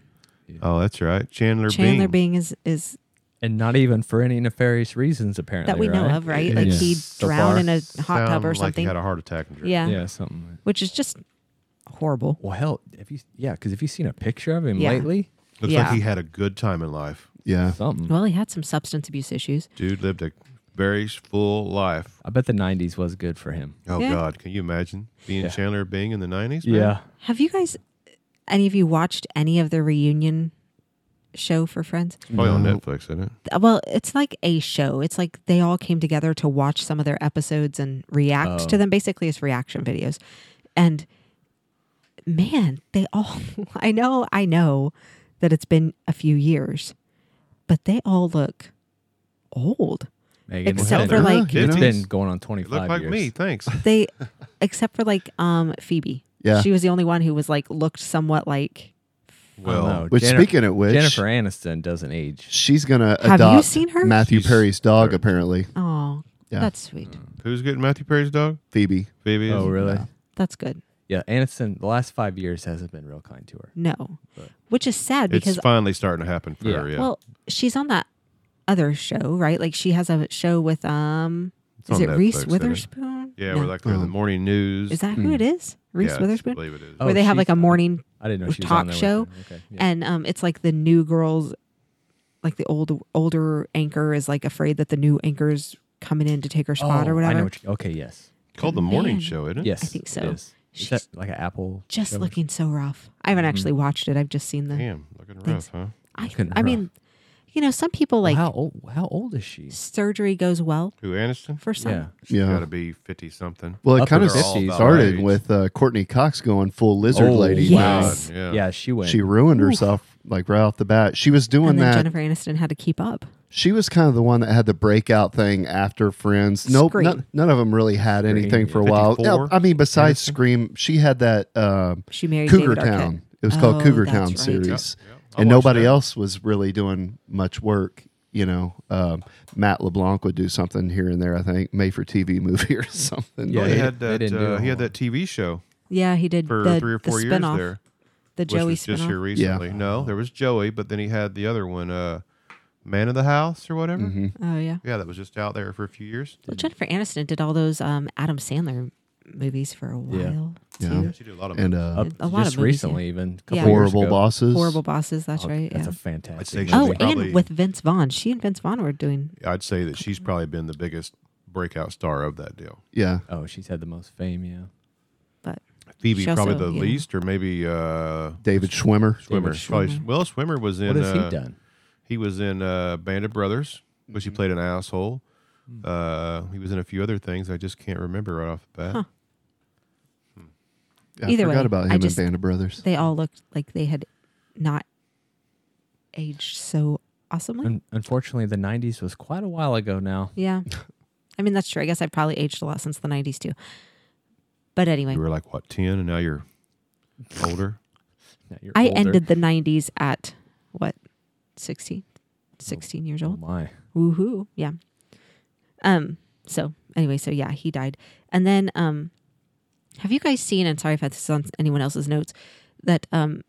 B: Oh, that's right. Chandler,
D: Chandler
B: Bing.
D: Bing is is
C: and not even for any nefarious reasons apparently
D: that we know
C: right?
D: of, right?
B: It
D: Like
C: Yeah.
D: he
B: so
D: drowned
B: far
D: in a hot tub
B: sound
D: or
B: Like he
D: something.
B: had a heart attack. And
D: yeah.
C: yeah something like-
D: which is just horrible.
C: well hell if you yeah because if you've seen a picture of him
D: Yeah.
C: lately
B: Looks
D: Yeah.
B: like he had a good time in life.
E: Yeah.
C: something
D: Well, he had some substance abuse issues.
B: Dude lived a very full life.
C: i bet the 90s was good for him
B: Oh
D: Yeah.
B: God, can you imagine being
C: Yeah.
B: Chandler Bing in the nineties?
D: Have you guys, any of you, watched any of the reunion show for Friends?
B: probably on
E: No.
B: Netflix, isn't it?
D: Well, it's like a show. It's like they all came together to watch some of their episodes and react to
C: Oh.
D: them. Basically, it's reaction videos. And man, they all, I know, I know that it's been a few years, but they all look old.
C: Megan,
D: Except
C: it's
D: for,
C: been-
D: like-
C: it's
B: Fifties.
C: been going on
B: It looked
C: 25
B: like
C: years
B: me. Thanks.
D: They, except for like um Phoebe.
E: Yeah.
D: She was the only one who was like, looked somewhat like
B: Well,
E: Which
C: Oh, Jennifer,
E: speaking of which,
C: jennifer aniston doesn't age
E: she's gonna
D: Have you
E: adopt
D: seen her?
E: Matthew
B: She's
E: Perry's dog.
B: thirty.
E: Apparently,
D: Oh,
E: Yeah.
D: that's sweet.
B: who's getting Matthew Perry's dog?
E: Phoebe.
B: Phoebe. is?
C: oh really
D: That's good.
C: yeah aniston the last five years hasn't been real kind to her
D: No,
C: But-
D: which is sad
B: It's
D: because
B: finally starting to happen for
C: Yeah.
B: her. Yeah.
D: well, she's on that other show, right? Like she has a show with um,
B: It's
D: is
B: on
D: it Reese
B: Netflix, isn't it?
D: Witherspoon?
B: yeah,
D: No.
B: we're like they're the
E: Oh.
B: morning news.
D: is that who it is? Reese
B: yeah, it's- I
D: Witherspoon,
B: believe it is.
C: Hmm. Oh,
D: where they have
C: she's
D: like a
C: on it.
D: morning,
C: i didn't know she was
D: Talk
C: on there with
D: show,
C: her. okay yeah.
D: and um, it's like the new girls, like the old older anchor is like afraid that the new anchor's coming in to take her spot
C: Oh,
D: or whatever.
C: I know what you, okay yes
B: Called the morning
D: Man.
B: show, isn't it?
C: yes
D: think so.
C: it is. is
D: She's
C: that like an apple
D: just
C: show?
D: looking so rough. I
C: Mm-hmm.
D: haven't actually watched it. I've just seen the.
B: Damn, looking
D: Thanks.
B: rough, huh?
D: I,
C: Looking
D: I
C: rough.
D: mean, you know, some people like
C: how old how old is she
D: surgery goes well
B: Who Aniston?
D: for some.
C: yeah
B: She's
E: Yeah.
B: got to be fifty something.
E: Well, it
C: Up in
E: kind of
C: her all about
E: started
B: age.
E: with uh, Courtney Cox going full lizard
C: Oh,
E: lady.
D: Yes.
B: God,
C: yeah.
B: yeah.
C: she went
E: She ruined herself like right off the bat. She was doing
D: And then
E: that.
D: Jennifer Aniston had to keep up.
E: She was kind of the one that had the breakout thing after Friends. Nope,
D: Scream.
E: none, none of them really had
C: Scream,
E: anything
C: yeah.
E: for a while.
B: 54,
E: Yeah, I mean, besides
B: Anderson.
E: Scream, she had that uh,
D: She married
E: Cougar
D: David Arquette.
E: Town. It was called
D: Oh,
E: Cougar
D: that's
E: Town
D: right.
B: Yep,
E: series,
B: yep. I watched
E: and nobody
B: that.
E: else was really doing much work. You know, um, Matt LeBlanc would do something here and there. I think made for TV movie or something.
C: Yeah,
B: he
C: they-
B: had
C: they
B: that.
C: didn't do
B: Uh,
C: a
B: he had
C: whole
B: that TV show
D: Yeah, he did
B: for
D: the,
B: three or
D: the
B: four years
D: spinoff,
B: there,
D: the
B: which
D: Joey
B: was just here
D: spinoff.
B: recently. No, there was Joey, but then he had the other one, uh, Man of the House or whatever.
D: Oh yeah.
B: Yeah, that was just out there for a few years.
D: Well, Jennifer Aniston did all those um, Adam Sandler movies for
C: Yeah.
D: a while.
E: Yeah.
D: too.
B: Yeah, she did a lot of.
E: and
B: movies.
E: uh,
C: up
D: a lot of
C: just
D: movies,
C: recently even a couple
D: Yeah.
C: years
E: horrible
C: ago.
E: bosses.
D: Horrible bosses. That's
C: Oh,
D: right.
C: That's
D: yeah.
C: a fantastic.
B: she's
D: Oh,
B: They
D: and
C: movie.
B: probably-
D: with Vince Vaughn, she and Vince Vaughn were doing.
B: I'd say that she's probably been the biggest breakout star of that deal.
E: Yeah,
C: oh, she's had the most fame. Yeah,
D: But
B: Phoebe
D: She
B: probably
D: also-
B: the
D: yeah.
B: least, or maybe uh,
E: David Schwimmer.
B: Swimmer.
D: Schwimmer.
B: Probably, well, Swimmer was in.
C: what has
B: uh,
C: he done?
B: He was in uh, Band of Brothers, which
D: Mm-hmm.
B: he played an asshole.
D: Hmm.
B: Uh, he was in a few other things I just can't remember right off the bat.
D: Huh.
E: I
D: Either
E: forgot
D: way,
E: about
D: I
E: him and
D: just-
E: Band of Brothers.
D: they all looked like they had not aged so awesomely.
C: Un- unfortunately, the '90s was quite a while ago now.
D: yeah. I mean, that's true. I guess I've probably aged a lot since the 90s, too. But anyway,
B: You were like what ten, and now you're older.
C: Now you're
D: I
C: older.
D: ended the 90s at what? 16? 16 years
C: Oh
D: old.
C: my!
D: Woohoo. Yeah. Um so anyway, so yeah, he died. And then um have you guys seen and sorry if this is on anyone else's notes that um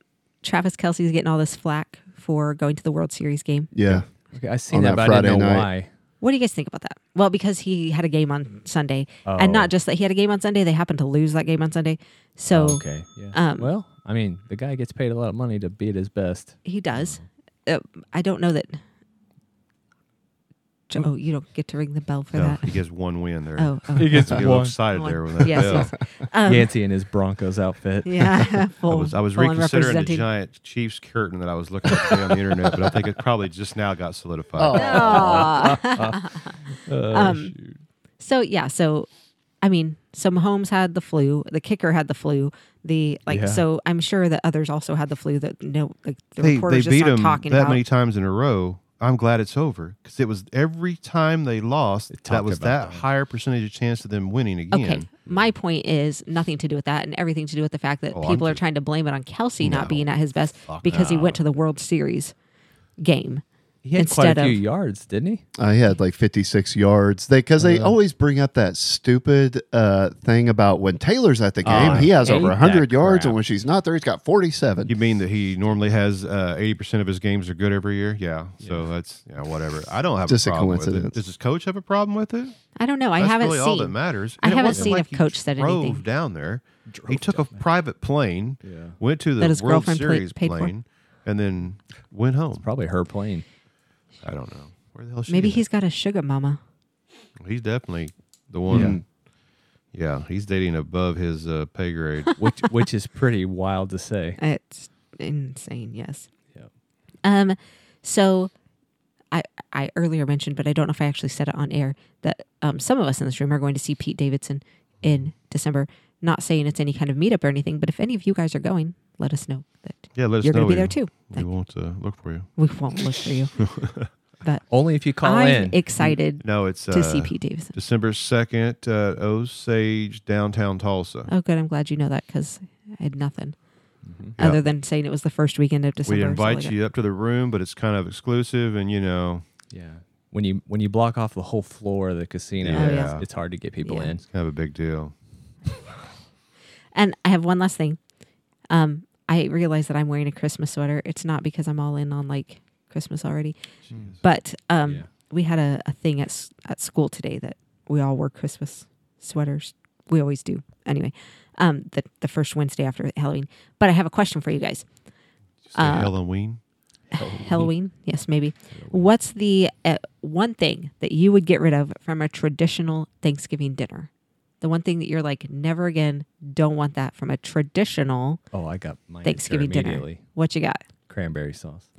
D: Travis Kelsey's getting all this flack for going to the World Series game.
E: Yeah,
C: Okay, I seen
E: On
C: that,
E: that
C: but I
E: Friday
C: didn't know
E: night.
D: What do you guys think about that? Well, because he had a game on Sunday.
C: why.
D: And
C: Oh,
D: not just that he had a game on Sunday, they happened to lose that game on Sunday. So
C: okay. Yeah.
D: um,
C: well, I mean, the guy gets paid a lot of money to be at his best.
D: he does. Uh, I don't know that Oh, you don't get to ring the bell for
B: No,
D: that.
B: he gets one win there.
D: Oh, oh.
B: gets a little
C: one.
B: excited
D: One.
B: there with that
D: Yes,
B: bell.
D: yes. Um,
C: Yancey in his Broncos outfit.
D: Yeah,
B: I
D: full,
B: was, I was
D: full on
B: reconsidering the
D: representing.
B: giant Chiefs curtain that I was looking at today on the internet, but I think it probably just now got solidified.
D: Aw.
C: Uh,
D: Um, so yeah, so I mean, some homes had the flu. The kicker had the flu. The like,
C: Yeah.
D: so I'm sure that others also had the flu. That no, like
B: they
D: the
B: they
D: reporters just
B: beat
D: aren't
B: him
D: talking
B: that
D: about.
B: many times in a row. I'm glad it's over because it was every time they lost, that
C: talked
B: was that,
C: about that.
B: higher percentage of chance of them winning again.
D: okay, my point is nothing to do with that, and everything to do with the fact that
B: Oh, I'm
D: people are
B: just-
D: trying to blame it on Kelsey not
B: No.
D: being at his best
B: Fuck
D: because he
B: no.
D: went to the World Series game.
C: He had quite
D: Instead
C: a few
D: of-
C: yards, didn't he?
E: I Uh, had like 56 yards. They because they
C: Uh.
E: always bring up that stupid uh, thing about when Taylor's at the game,
C: I
E: he has over
C: hate
E: 100
C: that
E: yards,
C: crap.
E: and when she's not there, he's got 47.
B: You mean that he normally has uh, eighty percent of his games are good every year? Yeah. So that's yeah, whatever. I don't have
E: Just a
B: a problem With it.
E: coincidence.
B: Does his coach have a problem with it?
D: I don't know. I
B: that's
D: haven't
B: really all that
D: seen.
B: matters.
D: I
B: And it
D: haven't
B: wasn't
D: seen
B: like
D: if
B: he
D: Coach said
B: drove
D: anything.
B: down there. he took a private plane,
C: Yeah.
B: went to the
D: That his
B: World
D: girlfriend pla-
B: Series
D: paid for?
B: plane, and then went home.
C: Probably her plane.
B: I don't know where the hell. is She
D: Maybe
B: at?
D: he's got a sugar mama.
B: he's definitely the one. Yeah, he's dating above his uh, pay grade.
C: Which which is pretty wild to say.
D: It's insane. Yes.
C: Yep.
D: Um. So, I I earlier mentioned, but I don't know if I actually said it on air that um some of us in this room are going to see Pete Davidson in December. Not saying it's any kind of meetup or anything, but if any of you guys are going, let us know that
B: Yeah, let us
D: you're
B: know.
D: going to be there
B: we-
D: too.
B: We won't uh, look for you.
D: We won't look for you. But
C: Only if you call
D: I'm
C: in.
D: excited
B: No, it's uh,
D: to see Pete Davidson.
B: December second, uh, Osage, downtown Tulsa.
D: Oh, good. I'm glad you know that because I had nothing
C: Mm-hmm.
B: Yeah.
D: other than saying it was the first weekend of December.
B: we
D: so
B: invite
D: like,
B: you up to the room, but it's kind of exclusive, and you know,
C: yeah. When you when you block off the whole floor of the casino,
B: Yeah.
C: it's, it's hard to get people
D: Oh, Yeah.
C: in.
B: it's kind of a big deal.
D: And I have one last thing. Um, I realize that I'm wearing a Christmas sweater. It's not because I'm all in on like Christmas already,
B: Hmm.
D: but um,
C: Yeah.
D: we had a, a thing at s- at school today that we all wore Christmas sweaters. We always do. Anyway, um, the the first Wednesday after Halloween. But I have a question for you guys.
B: Just say
D: Uh,
B: Halloween. Mm-hmm.
D: Halloween, yes, maybe. What's the uh, one thing that you would get rid of from a traditional Thanksgiving dinner? The one thing that you're like, never again, don't want that from a traditional
C: Oh, I got mine
D: Thanksgiving
C: immediately.
D: dinner. What you got?
C: Cranberry sauce.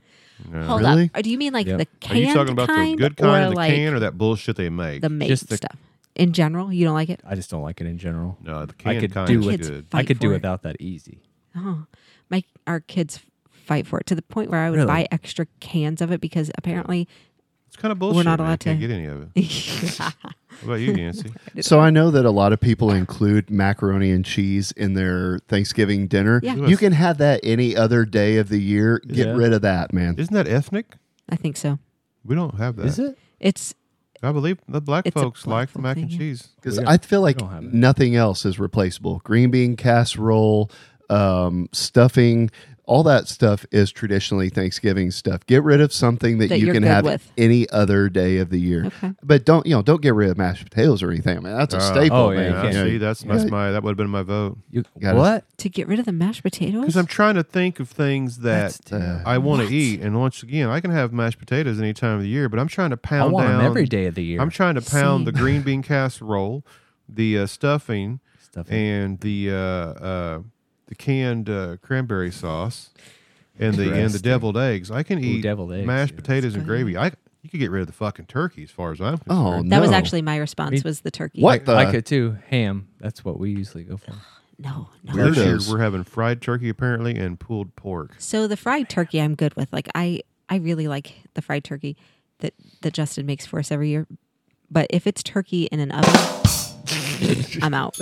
B: No.
D: Hold
E: Really?
D: up. Or do you mean like
C: Yep.
D: the
B: Are
D: canned
B: you talking about
D: kind
B: the good
D: or
B: kind, the
D: like
B: can, or that bullshit they make?
D: the made
C: Just the-
D: stuff? In general, you don't like it?
C: I just don't like it in general.
B: no, the canned
C: could
B: kind
C: do
B: is
C: with-
B: good.
D: Fight
C: I could do
D: for it.
C: without that easy.
D: Oh, my our kids fight for it to the point where I would
C: Really?
D: buy extra cans of it because apparently
B: It's kind of bullshit.
D: not
B: man.
D: allowed
B: You can't
D: to-
B: get any of it. What about you, Nancy?
E: So I know that a lot of people include macaroni and cheese in their Thanksgiving dinner.
D: Yeah.
E: You can have that any other day of the year. Get
C: Yeah.
E: rid of that, man.
B: Isn't that ethnic?
D: I think so.
B: We don't have that.
C: Is it?
D: It's
B: I believe the black
D: It's a
B: folks
D: black
B: like the
D: folk
B: mac
D: thing,
B: and
D: yeah.
B: cheese.
E: Because
C: We
E: I feel like
C: don't have it.
E: nothing else is replaceable. Green bean casserole, um, stuffing, all that stuff is traditionally Thanksgiving stuff. Get rid of something that,
D: That
E: you
D: you're
E: can
D: good
E: have
D: with.
E: any other day of the year.
D: Okay.
E: But don't you know? Don't get rid of mashed potatoes or anything. I mean, that's a
B: Uh,
E: staple.
C: oh, yeah,
E: man.
C: you
B: Yeah,
C: can't-
E: You know,
B: see, that's,
E: yeah.
B: that's my that would have been my vote
C: You,
E: Got it.
C: what?
D: to get rid of the mashed potatoes.
B: because I'm trying to think of things that
C: That's terrible.
B: I want to eat. And once again, I can have mashed potatoes any time of the year, but I'm trying to
C: I
B: pound
C: want
B: down
C: them every day of the year.
B: I'm trying to pound the
D: Same.
B: green bean casserole, the uh, stuffing,
C: Stuff it.
B: and the uh, uh, the canned uh, cranberry sauce, and the and the
C: Interesting.
B: deviled eggs. I can eat
C: deviled eggs,
B: mashed
C: yeah, that's
B: potatoes and
D: good.
B: gravy. I you could get rid of the fucking turkey, as far as I'm
E: Oh,
B: concerned.
D: that was
E: No.
D: actually my response
C: Me-
D: was the turkey.
E: What the?
B: uh,
C: I could too. Ham. That's what we usually go for.
D: No, no.
E: Weird.
B: This year
E: Weirdos.
B: we're having fried turkey apparently and pulled pork.
D: So the fried turkey I'm good with. Like I I really like the fried turkey that that Justin makes for us every year. But if it's turkey in an oven, I'm out.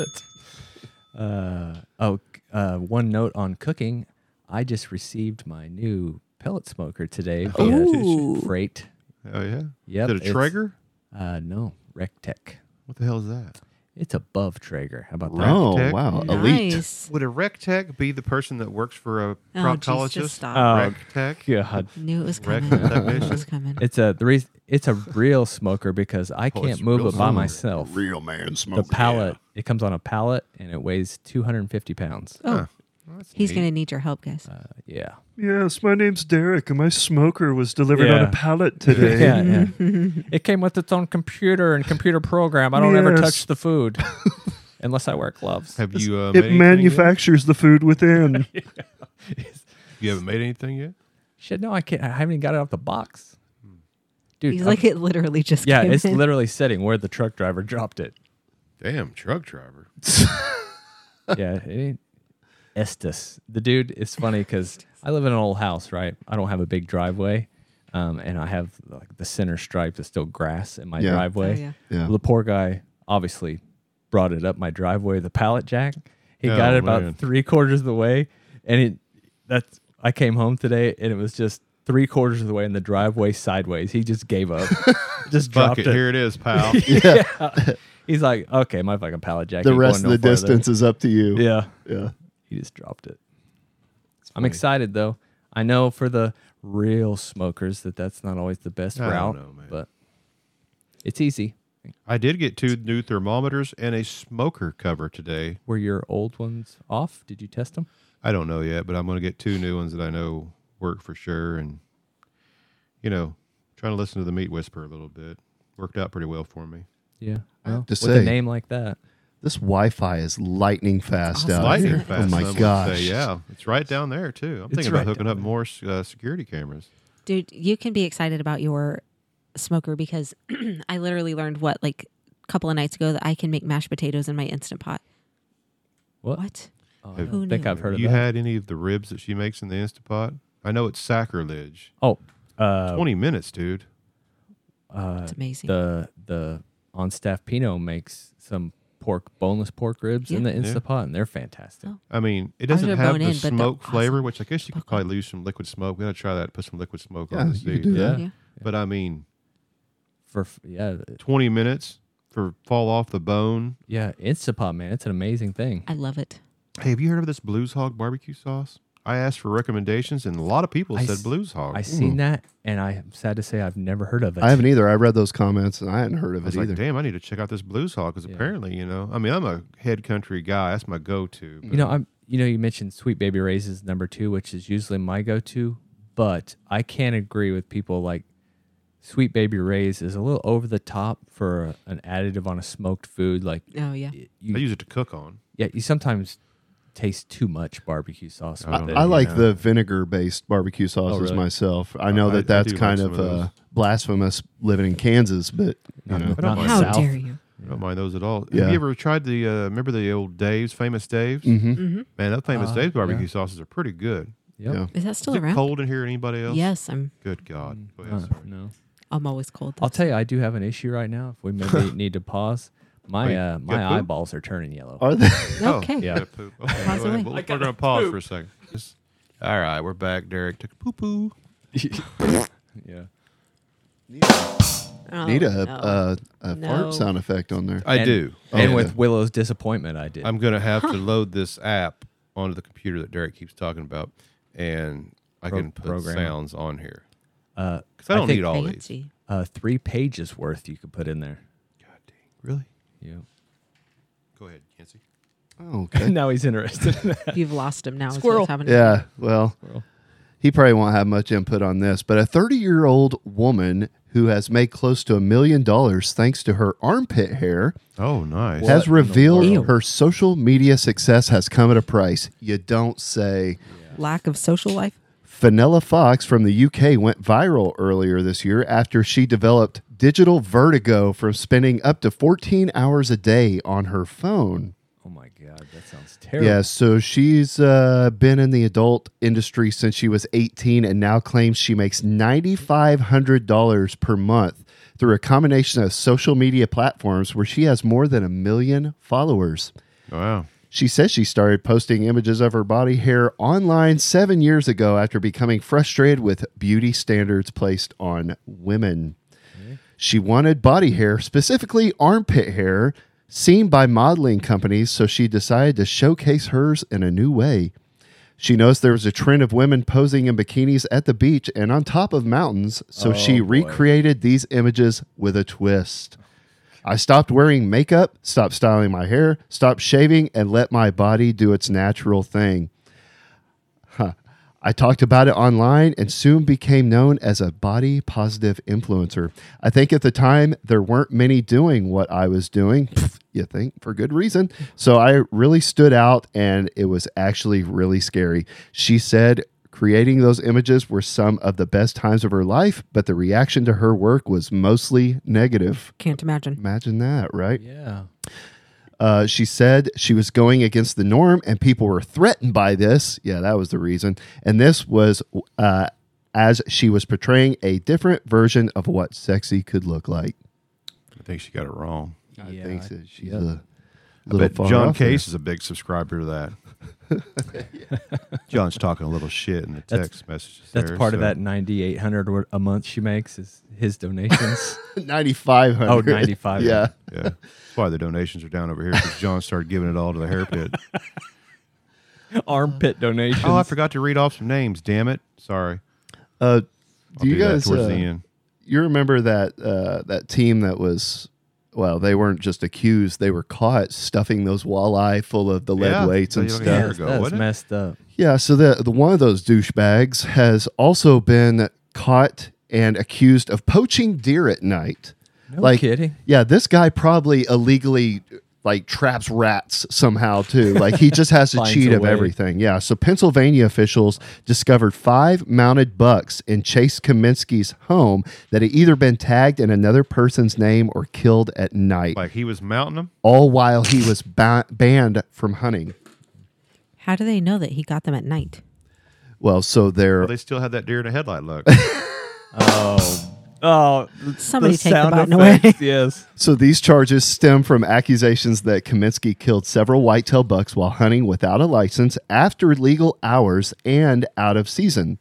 C: Uh, oh, c- uh, one note on cooking. I just received my new pellet smoker today via
D: Ooh.
C: freight.
B: Oh yeah, Is
C: Yep,
B: it a
C: it's-
B: Traeger?
C: Uh, no, Rectech.
B: What the hell is that?
C: It's above Traeger. How about that?
E: Oh
B: Tech.
E: wow, elite.
D: Nice.
B: Would a rec tech be the person that works for a
D: Oh, geez, just
B: proctologist?
D: stop.
C: Oh,
B: rec tech.
C: God.
D: Knew it was
B: Rec
D: coming. Knew it
B: technician?
D: was coming.
C: It's a the reason. It's a real smoker because I
B: Oh, it's
C: can't move
B: real
C: it by
B: smoker.
C: myself.
E: Real man
C: The
E: smoke.
C: pallet. It comes on a pallet and it weighs 250 pounds.
D: Oh, he's gonna need your help, guys.
C: Uh, yeah.
F: Yes, my name's Derek, and my smoker was delivered on
C: Yeah.
F: a pallet today.
C: Yeah, yeah. it came with its own computer and computer program. I don't ever
F: Yes.
C: touch the food unless I wear gloves.
B: Have you uh, made
F: It
B: anything yet?
F: manufactures the food within.
B: You haven't made anything yet.
C: Shit, no, I can't. I haven't even got it off the box,
B: Hmm.
C: dude.
D: He's
C: I'm-
D: like it literally just
C: yeah,
D: came
C: it's
D: in.
C: literally sitting where the truck driver dropped it.
B: Damn truck driver.
C: Yeah, it ain't Estes. The dude is funny because I live in an old house, right? I don't have a big driveway, um, and I have like the center stripe is still grass in my
E: Yeah.
C: driveway.
D: Oh, yeah.
E: Yeah.
C: The poor guy obviously brought it up my driveway, the pallet jack. He got
B: Oh,
C: it about
B: man.
C: three quarters of the way, and it that's I came home today and it was just three quarters of the way in the driveway sideways. He just gave up, just
B: Fuck
C: dropped
B: it.
C: it.
B: Here it is, pal.
C: yeah. He's like, okay, my fucking pallet jack.
E: The
C: ain't
E: rest of
C: going
E: the
C: no farther."
E: distance is up to you.
C: Yeah.
E: Yeah.
C: He just dropped it. I'm excited though. I know for the real smokers that that's not always the best
B: I don't
C: route,
B: know, man.
C: but it's easy.
B: I did get two new thermometers and a smoker cover today.
C: Were your old ones off? Did you test them?
B: I don't know yet, but I'm going to get two new ones that I know work for sure. And, you know, trying to listen to the meat whisper a little bit. Worked out pretty well for me.
C: Yeah.
E: I have
C: Well,
E: to
C: with
E: say-
C: a name like that,
E: This Wi Fi is lightning fast
D: awesome.
E: out
B: Lightning
E: here.
B: fast.
E: oh
B: I
E: my
B: would
E: gosh.
B: say. Yeah. It's right down there, too. I'm
C: It's
B: thinking
C: right
B: about hooking
C: down
B: up more uh, security cameras.
D: Dude, you can be excited about your smoker because I literally learned what like a couple of nights ago that I can make mashed potatoes in my instant pot.
C: What?
D: What?
C: oh, I
B: Have-
C: don't think I've heard of
B: you
C: that.
B: had any of the ribs that she makes in the Instapot? I know it's sacrilege.
C: oh, uh,
B: 20 minutes, dude.
C: uh,
D: It's amazing.
C: the the on staff Pino makes some pork boneless pork ribs in the
D: Yeah.
C: Instant Pot, and they're fantastic.
D: Oh.
B: I mean, it
D: Ours
B: doesn't
D: are
B: have
D: bone
B: the
D: in, but they're
B: smoke flavor,
D: awesome.
B: which I guess you could
D: Fuck
B: probably lose some liquid smoke. We gotta try that. Put some liquid smoke
E: Yeah,
B: on the
E: you could
B: seed.
E: do that.
C: Yeah.
D: yeah.
B: But I mean,
C: For f- yeah, it-
B: twenty minutes for fall off the bone.
C: yeah, Instant Pot, man, it's an amazing thing.
D: I love it.
B: Hey, have you heard of this Blues Hog barbecue sauce? I asked for recommendations, and a lot of people
C: I
B: said
C: s-
B: Blues Hog. Mm.
C: I seen that, and I am sad to say I've never heard of it.
E: I haven't either. I read those comments and I hadn't heard
B: I
E: of it
B: was like,
E: either.
B: damn, I need to check out this Blues Hog because
C: Yeah.
B: apparently, you know, I mean, I'm a head country guy. That's my go-to. but
C: You know, I'm. You know, you mentioned Sweet Baby Raises number two, which is usually my go-to, but I can't agree with people like Sweet Baby Rays is a little over the top for a, an additive on a smoked food. Like
D: Oh yeah.
C: y-
B: I
C: you,
B: use it to cook on.
C: yeah, you sometimes taste too much barbecue sauce.
B: I
C: with
B: don't
C: it.
B: know.
E: I like
B: Yeah. Oh,
E: the vinegar based barbecue sauces
C: really?
E: myself. I know
B: I-
E: that
B: I
E: that's
B: do like
E: kind
B: some
E: of
B: of those.
E: uh, blasphemous living in Kansas, but you
C: Not-
E: know,
B: I
C: not
B: don't
C: in
B: mind
C: the
D: How
C: South.
D: dare you?
B: I don't mind those at all.
E: Yeah.
B: Have you ever tried the? Uh, remember the old Dave's, famous Dave's?
E: mhm.
D: Mm-hmm.
B: Man, that famous
C: Uh,
B: Dave's barbecue
C: yeah.
B: sauces are pretty good.
C: Yep.
E: Yeah.
D: Is that still
B: Is it
D: around?
B: cold in here? Anybody else?
D: Yes, I'm
B: Good God. Go ahead,
C: Uh,
B: sorry.
C: no.
D: I'm always cold.
C: I'll tell you, I do have an issue right now. If we maybe need to pause, my
B: Wait,
C: uh,
B: you
C: my
B: got poop?
C: eyeballs are turning yellow.
E: Are they?
D: Okay.
C: Yeah.
B: Gotta poop. Okay, go
D: Pause
B: ahead.
D: away.
B: Well,
D: I
B: We're going to pause for a second. Just- All right, we're back. Derek took a poo poo.
C: yeah.
D: Oh,
E: Need a,
D: no.
E: uh, a
D: No.
E: fart sound effect on there.
B: I
C: And-
B: do.
C: and
E: yeah.
C: with Willow's disappointment, I did.
B: I'm going to have to load this app onto the computer that Derek keeps talking about, and I
C: Pro-
B: can put
C: program it.
B: sounds on here.
C: uh,
B: Because I don't
C: think-
B: need all these.
D: Fancy.
C: uh, three pages worth you could put in there.
B: God dang. Really?
C: Yeah.
B: Go ahead, Yancy.
E: Oh, okay.
C: now he's interested.
D: You've lost him now. is what's
C: Squirrel.
D: happening.
E: Yeah, well, he probably won't have much input on this, but a 30 year old woman who has made close to a million dollars thanks to her armpit hair
B: Oh, nice.
C: What?
E: has
C: in the world?
E: revealed her social media success has come at a price. You don't say.
D: Lack of social life.
E: Fenella Fox from the UK went viral earlier this year after she developed digital vertigo from spending up to 14 hours a day on her phone.
C: oh my god, that sounds terrible.
E: Yeah, so she's uh, been in the adult industry since she was 18 and now claims she makes $9,500 per month through a combination of social media platforms where she has more than a million followers.
B: Wow.
E: She says she started posting images of her body hair online seven years ago after becoming frustrated with beauty standards placed on women. She wanted body hair, specifically armpit hair, seen by modeling companies, so she decided to showcase hers in a new way. She noticed there was a trend of women posing in bikinis at the beach and on top of mountains, so she recreated these images with a twist. I stopped wearing makeup, stopped styling my hair, stopped shaving, and let my body do its natural thing. Huh. I talked about it online and soon became known as a body positive influencer. I think at the time there weren't many doing what I was doing. You think for good reason. So I really stood out and it was actually really scary. She said creating those images were some of the best times of her life, but the reaction to her work was mostly negative.
D: Can't imagine.
E: Imagine that, right?
C: Yeah.
E: Uh, she said she was going against the norm and people were threatened by this. Yeah, that was the reason. And this was uh, as she was portraying a different version of what sexy could look like.
B: I think she got it wrong.
E: I
C: Yeah,
E: think
C: I-
E: so. she's
C: yeah.
E: a little far
B: John
E: off there.
B: Case is a big subscriber to that. John's talking a little shit in the
C: That's-
B: text messages.
C: That's
B: there,
C: part of
B: so-
C: that 9800 wor- a month she makes is his donations.
E: 9500
C: oh, 95.
E: yeah
B: Yeah, that's why the donations are down over here because John started giving it all to the hair pit.
C: Armpit donations.
B: oh, I forgot to read off some names. Damn it! Sorry.
E: uh
B: I'll
E: do you
B: that
E: guys
B: towards
E: uh,
B: the end?
E: you remember that uh that team that was well they weren't just accused they were caught stuffing those walleye full of the lead
B: Yeah,
E: weights and
B: so you
E: stuff
B: don't get-
C: Yeah,
B: year ago,
C: that's
B: wasn't it?
C: messed up.
E: Yeah, so the, the one of those douchebags has also been caught and accused of poaching deer at night.
C: No kidding.
E: Yeah, this guy probably illegally like traps rats somehow too. Like he just has to
C: Finds
E: cheat
C: a
E: of
C: way.
E: everything. Yeah. So Pennsylvania officials discovered five mounted bucks in Chase Kaminsky's home that had either been tagged in another person's name or killed at night,
B: Like he was mounting them.
E: all while he was ba- banned from hunting.
D: How do they know that he got them at night?
E: Well, so they're
B: Well, they still had that deer in a headlight look.
C: Oh,
D: Somebody
C: the
D: take the
C: sound
D: button away.
C: effects, yes.
E: So these charges stem from accusations that Kaminsky killed several whitetail bucks while hunting without a license after legal hours and out of season.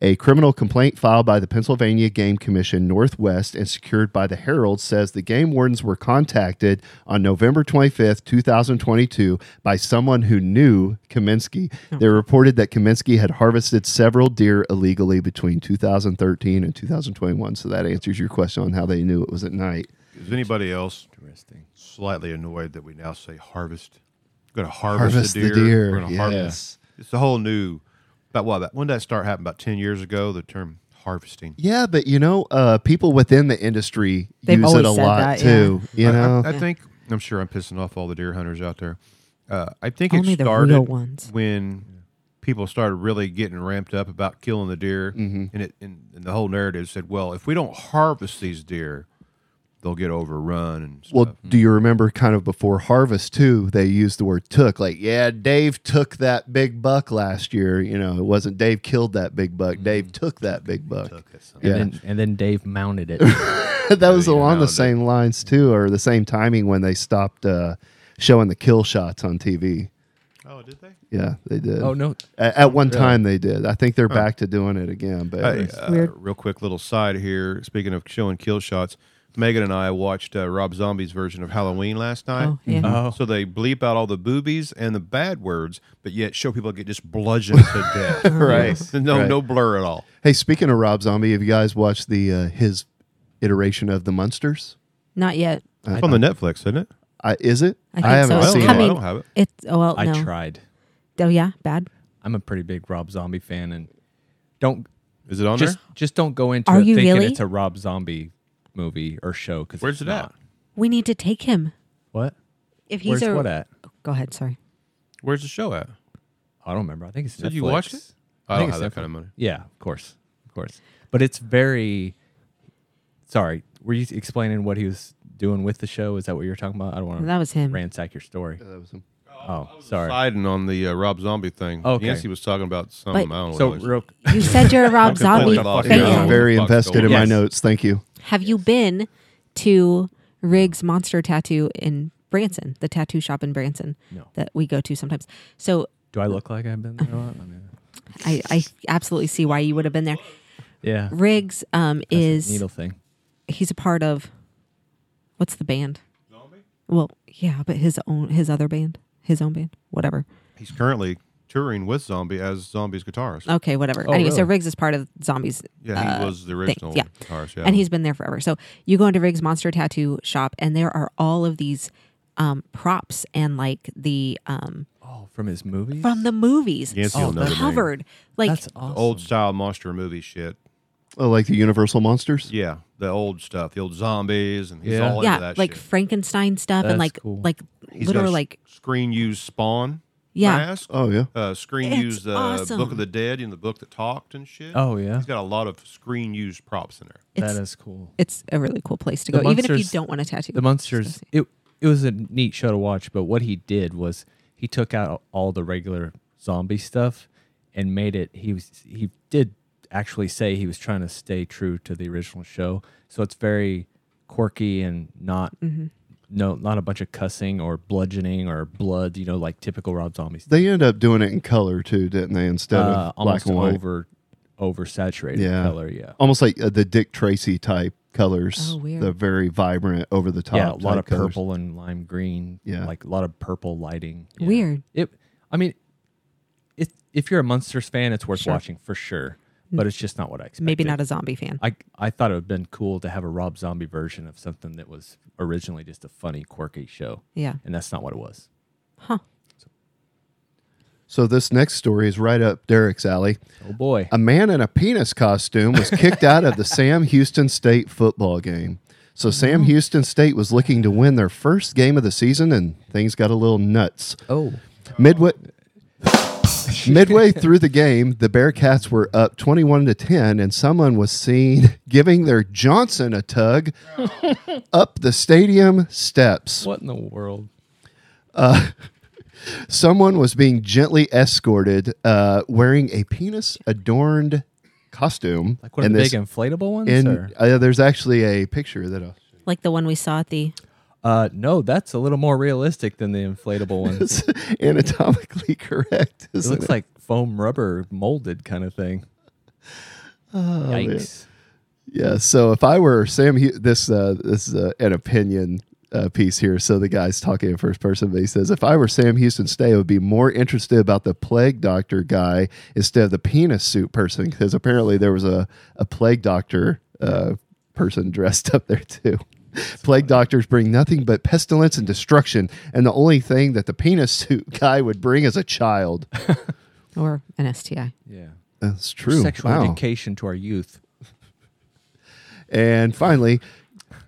E: A criminal complaint filed by the Pennsylvania Game Commission Northwest and secured by the Herald says the game wardens were contacted on November 25th, 2022, by someone who knew Kaminsky. They reported that Kaminsky had harvested several deer illegally between 2013 and 2021. So that answers your question on how they knew it was at night.
B: is anybody else
C: Interesting.
B: slightly annoyed that we now say harvest? We're gonna harvest, the deer. We're gonna harvest. It's a whole new. About what? About, when did that start happening? About ten years ago. The term harvesting.
E: Yeah, but you know, uh, people within the industry
D: They've
E: use it
D: always
E: a
D: said
E: lot
D: that,
E: too. You
B: I- I-
E: know,
B: I, think I'm sure I'm pissing off all the deer hunters out there. Uh, I think
D: Only
B: it
D: the
B: started
D: real ones.
B: when people started really getting ramped up about killing the deer,
E: Mm-hmm.
B: and it and, and the whole narrative said, "Well, if we don't harvest these deer, they'll get overrun." And stuff.
E: well, do you remember kind of before harvest too? They used the word "took," like, "Yeah, Dave took that big buck last year." You know, it wasn't Dave killed that big buck.
B: Mm-hmm.
E: Dave took that big buck.
C: And,
E: Yeah.
C: then, and then Dave mounted it.
E: that was
B: you
E: along
B: know,
E: the
B: that-
E: same lines too, or the same timing when they stopped uh, showing the kill shots on TV.
B: oh, did they?
E: Yeah, they did.
C: oh, no.
E: At, at one time, they did. I think they're back to doing it again. But
B: Hey,
E: it's-
B: uh,
D: weird.
B: real quick little side here. Speaking of showing kill shots, Megan and I watched uh, Rob Zombie's version of Halloween last night. Mm-hmm.
D: Oh, yeah.
C: Oh.
B: So they bleep out all the boobies and the bad words, but yet show people get just bludgeoned to death.
E: Right,
B: No,
E: right.
B: no blur at all.
E: Hey, speaking of Rob Zombie, have you guys watched the uh, his iteration of the Munsters?
D: Not yet.
B: It's on the Netflix, isn't it?
E: I is it?
D: I think
E: haven't
D: so. It's
E: seen
B: I
E: it.
D: coming.
B: don't have it.
D: It's oh well,
C: I
D: no.
C: tried.
D: Oh yeah, bad.
C: I'm a pretty big Rob Zombie fan, and don't
B: Is it on
C: just
B: there?
C: just don't go into
D: Are
C: it
D: you
C: thinking
D: really?
C: it's a Rob Zombie movie or show. Because
B: Where's it at?
D: We need to take him.
C: What?
D: If he's
C: Where's
D: a
C: what at?
D: Oh, go ahead. Sorry.
B: Where's the show at?
C: I don't remember. I think it's.
B: Did
C: Netflix.
B: you watch it? I don't
C: think it's
B: have that kind
C: Netflix.
B: of money.
C: Yeah, of course, of course. But it's very. Sorry, were you explaining what he was doing with the show? Is that what you're talking about? I don't want to.
D: That was him.
C: Ransack your story. Oh, sorry.
B: Siding on the uh, Rob Zombie thing.
C: Okay.
B: Yancey was talking about something.
D: But-
B: I don't know
C: So
B: what it was.
C: real.
D: You said you're a Rob
B: completely
D: Zombie
B: lost
D: fan.
B: it. Yeah.
E: I'm very
B: Fuck's
E: invested in
B: going
E: my
C: on.
E: notes. Thank you.
D: Have you been to Riggs Monster Tattoo in Branson, the tattoo shop in Branson
C: No.
D: that we go to sometimes? So
C: Do I look like I've been there a lot? I mean,
D: I, I absolutely see why you would have been there.
C: yeah. That's
D: Riggs um,
C: the
D: is
C: needle thing?
D: he's a part of what's the band? Well, yeah, but his own his other band, his own band, whatever.
B: He's currently touring with Zombie as Zombie's guitarist.
D: Okay, whatever. anyway, so
C: really?
D: Riggs is part of Zombies.
B: Oh, Yeah, he
D: uh,
B: was the
D: thing.
B: original
D: Yeah.
B: guitarist. Yeah,
D: and he's been there forever. So you go into Riggs Monster Tattoo Shop, and there are all of these um, props and like the um,
C: Oh, from his movies.
D: from the movies
B: Yes, you'll know the name.
D: covered like
C: That's awesome.
B: old style monster movie shit.
E: Oh, like the Universal monsters.
B: Yeah, the old stuff, the old zombies, and he's
C: Yeah.
B: all into
D: yeah,
B: that
D: like
B: shit.
D: Frankenstein stuff and
C: That's
D: like
C: cool.
D: like
B: He's got a
D: literal like
B: s- screen use Spawn.
D: Yeah.
B: mask,
E: Oh yeah.
B: Uh, screen
D: It's
B: used uh,
D: awesome.
B: Book of the Dead in the book that talked and shit.
C: Oh yeah,
B: He's got a lot of screen used props in there.
D: it's,
C: that is cool.
D: it's a really cool place to
C: The
D: go, even if you
C: Munsters-
D: don't want a tattoo.
C: The Munsters. It it was a neat show to watch, but what he did was he took out all the regular zombie stuff and made it. He was he did actually say he was trying to stay true to the original show, so it's very quirky and not no, not a bunch of cussing or bludgeoning or blood. You know, like typical Rob Zombie. stuff.
E: They ended up doing it in color too, didn't they? Instead
C: Uh,
E: of
C: almost
E: black and white,
C: over, oversaturated
E: Yeah.
C: color. Yeah,
E: almost like uh, the Dick Tracy type colors.
D: Oh, weird.
E: The very vibrant, over the top.
C: yeah, a lot
E: type
C: of
E: colors.
C: purple and lime green.
E: Yeah.
C: like a lot of purple lighting. Yeah.
D: Weird.
C: It. I mean, if if you're a Munsters fan, it's worth
D: Sure. Mm.
C: watching for sure. But it's just not what I expected.
D: Maybe not a zombie fan.
C: I I thought it would have been cool to have a Rob Zombie version of something that was originally just a funny, quirky show,
D: yeah.
C: and that's not what it was.
D: Huh.
E: So this next story is right up Derek's alley.
C: Oh boy,
E: A man in a penis costume was kicked out of the Sam Houston State football game. So
C: Oh.
E: Sam Houston State was looking to win their first game of the season, and things got a little nuts.
C: oh
E: Midway, midway through the game, the Bearcats were up 21 to 10, and someone was seen giving their Johnson a tug up the stadium steps.
C: what in the world?
E: Someone was being gently escorted, uh, wearing a penis adorned costume.
C: Like one of
E: And
C: the
E: this-
C: big inflatable ones? or?
E: And uh, there's actually a picture that I'll
D: Like the one we saw at the
C: Uh, no, that's a little more realistic than the inflatable ones.
E: it's anatomically correct.
C: it
E: Isn't
C: looks like foam rubber molded kind of thing.
E: Oh,
C: Yikes!
E: Yeah. So if I were Sam, Hu this uh, this is uh, an opinion uh, piece here. So the guy's talking in first person, but he says, if I were Sam Houston Stay, I would be more interested about the plague doctor guy instead of the penis suit person, because apparently there was a a plague doctor uh, person dressed up there too. Plague doctors bring nothing but pestilence and destruction, and the only thing that the penis suit guy would bring is a child.
D: or an STI.
C: Yeah,
E: That's true.
C: sexual
E: Wow.
C: education to our youth.
E: And finally,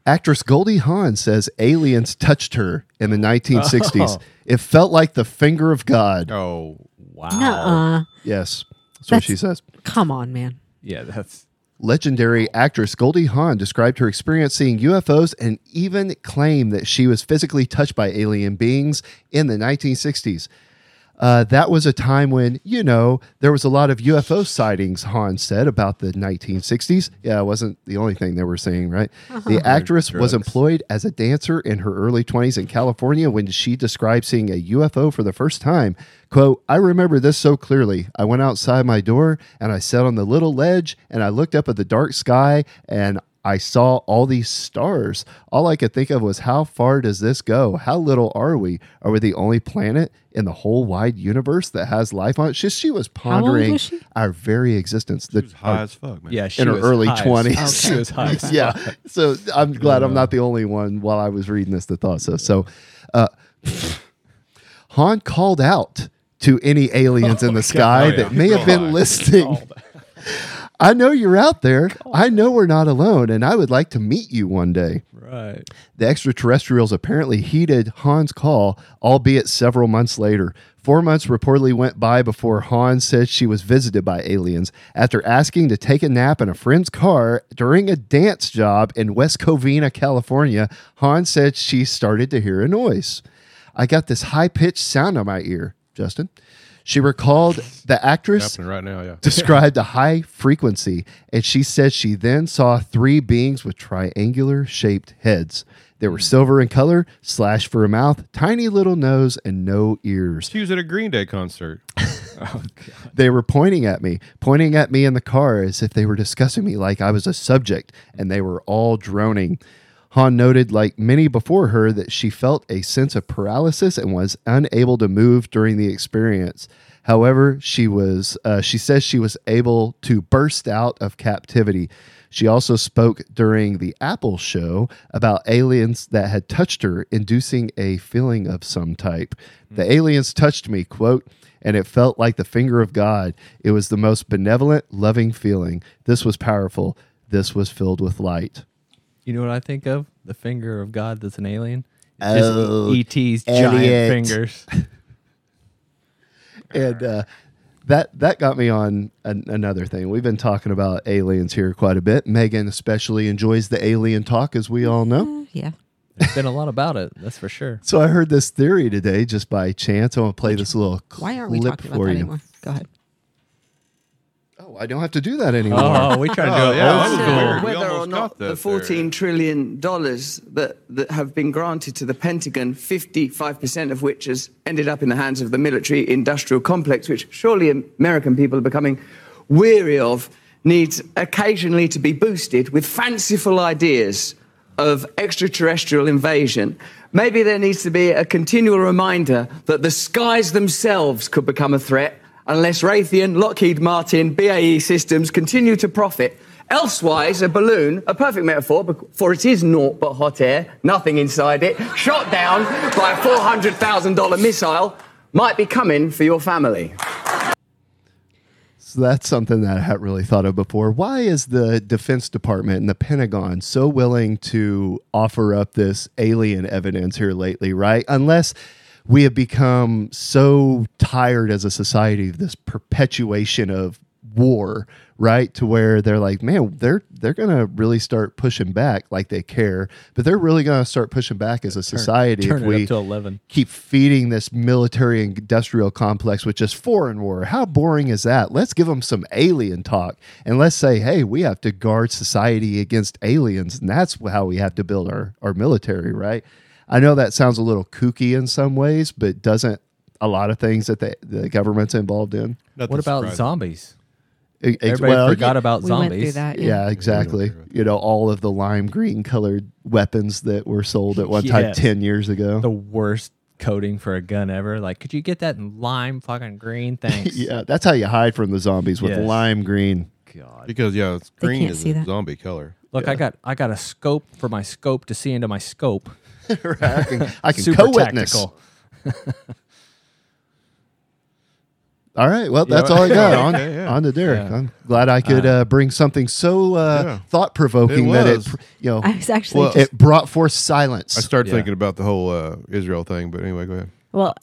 E: actress Goldie Hawn says aliens touched her in the 1960s.
C: Oh.
E: It felt like the finger of God.
B: Oh,
C: Wow.
D: Nuh-uh.
E: Yes, that's what
D: That's-
E: she says.
D: Come on, man.
C: Yeah, that's
E: Legendary actress Goldie Hawn described her experience seeing UFOs and even claimed that she was physically touched by alien beings in the 1960s. Uh, that was a time when, you know, there was a lot of UFO sightings, Hahn said, about the 1960s. Yeah, it wasn't the only thing they were seeing, right? The actress was
C: drugs.
E: employed as a dancer in her early 20s in California when she described seeing a UFO for the first time. Quote, I remember this so clearly. I went outside my door and I sat on the little ledge and I looked up at the dark sky and I saw all these stars. All I could think of was how far does this go? How little are we? Are we the only planet in the whole wide universe that has life on it? She, she was
D: old was
E: pondering
D: she?
E: our very existence. The-
B: she was high as fuck, man.
C: yeah. She
E: In her
C: was
E: early
C: high as-
E: 20s.
C: She was high. as-
E: yeah. So I'm glad I'm not the only one while I was reading this that thought so. So uh, Han called out to any aliens in the sky
B: Oh, yeah.
E: that may have been
B: God.
E: listening. I know you're out there. I know we're not alone, and I would like to meet you one day.
C: Right.
E: The extraterrestrials apparently heeded Han's call, albeit several months later. Four months reportedly went by before Han said she was visited by aliens after asking to take a nap in a friend's car during a dance job in West Covina, California. Han said she started to hear a noise. I got this high pitched sound on my ear, Justin. She recalled the actress
B: happening right now. Yeah,
E: described a high frequency, and she said she then saw three beings with triangular shaped heads. They were silver in color, slash for a mouth, tiny little nose, and no ears.
B: she was at a Green Day concert.
E: They were pointing at me, pointing at me in the car as if they were discussing me like I was a subject, and they were all droning. Han noted, like many before her, that she felt a sense of paralysis and was unable to move during the experience. However, she was uh, she says she was able to burst out of captivity. She also spoke during the Apple show about aliens that had touched her, inducing a feeling of some type. The aliens touched me, quote, and it felt like the finger of God. It was the most benevolent, loving feeling. This was powerful. This was filled with light.
C: You know what I think of? The finger of God that's an alien. It's
E: Oh,
C: just ET's
E: Elliot.
C: giant fingers.
E: and uh, that that got me on an, another thing. We've been talking about aliens here quite a bit. Megan especially enjoys the alien talk, as we all know.
D: Yeah.
C: There's been a lot about it. That's for sure.
E: So I heard this theory today just by chance. I want to play this little clip
D: Why aren't we talking about
E: for
D: that
E: you.
D: anymore? Go ahead.
E: Oh, I don't have to do that anymore.
C: Oh, we try to go
B: Oh, yeah,
C: old
B: that was
C: school.
B: weird. We
G: Whether or
B: almost
G: not
B: got that
G: the
B: there.
G: fourteen trillion dollars that, that have been granted to the Pentagon, fifty-five percent of which has ended up in the hands of the military-industrial complex, which surely American people are becoming weary of, needs occasionally to be boosted with fanciful ideas of extraterrestrial invasion. Maybe there needs to be a continual reminder that the skies themselves could become a threat unless Raytheon, Lockheed Martin, BAE Systems continue to profit. Elsewise, a balloon, a perfect metaphor, bec- for it is naught but hot air, nothing inside it, shot down by a $400,000 missile, might be coming for your family.
E: So that's something that I hadn't really thought of before. Why is the Defense Department and the Pentagon so willing to offer up this alien evidence here lately, right? Unless we have become so tired as a society of this perpetuation of war, right? To where they're like, man, they're they're gonna really start pushing back like they care, but they're really gonna start pushing back as a society
C: turn
E: if
C: it
E: we
C: up to 11.
E: keep feeding this military and industrial complex with just foreign war. How boring is that? Let's give them some alien talk and let's say, hey, we have to guard society against aliens. And that's how we have to build our, our military, right? I know that sounds a little kooky in some ways, but doesn't a lot of things that the, the government's involved in? e-,
B: Nothing
C: What about
B: surprising.
C: zombies?
E: Ex-
C: Everybody
E: well,
C: forgot about
D: we went through
C: zombies.
D: that.
E: yeah, exactly. You know, all of the lime green colored weapons that were sold at one time
C: Yes.
E: 10 years ago.
C: The worst coding for a gun ever. Like, could you get that in lime fucking green? Thanks.
E: yeah, that's how you hide from the zombies with
C: Yes.
E: lime green.
C: God.
B: Because yeah, it's
D: They
B: green
D: can't
B: is
D: see
B: a
D: that.
B: zombie color.
C: Look, I got I got a scope for my scope to see into my scope.
E: I can, I can
C: Super
E: co-witness.
C: tactical.
E: All right. Well,
C: Yeah,
E: that's all I got on
B: okay, yeah.
E: on to Derek. I'm glad I could uh, bring something so uh,
B: Yeah.
E: thought provoking
B: It
E: that it
B: was.
E: pr- you know
D: I was actually
B: Well,
D: just,
E: it brought forth
B: I
E: silence.
B: started
C: Yeah.
B: thinking about the whole uh, Israel thing, but anyway, go ahead.
D: well,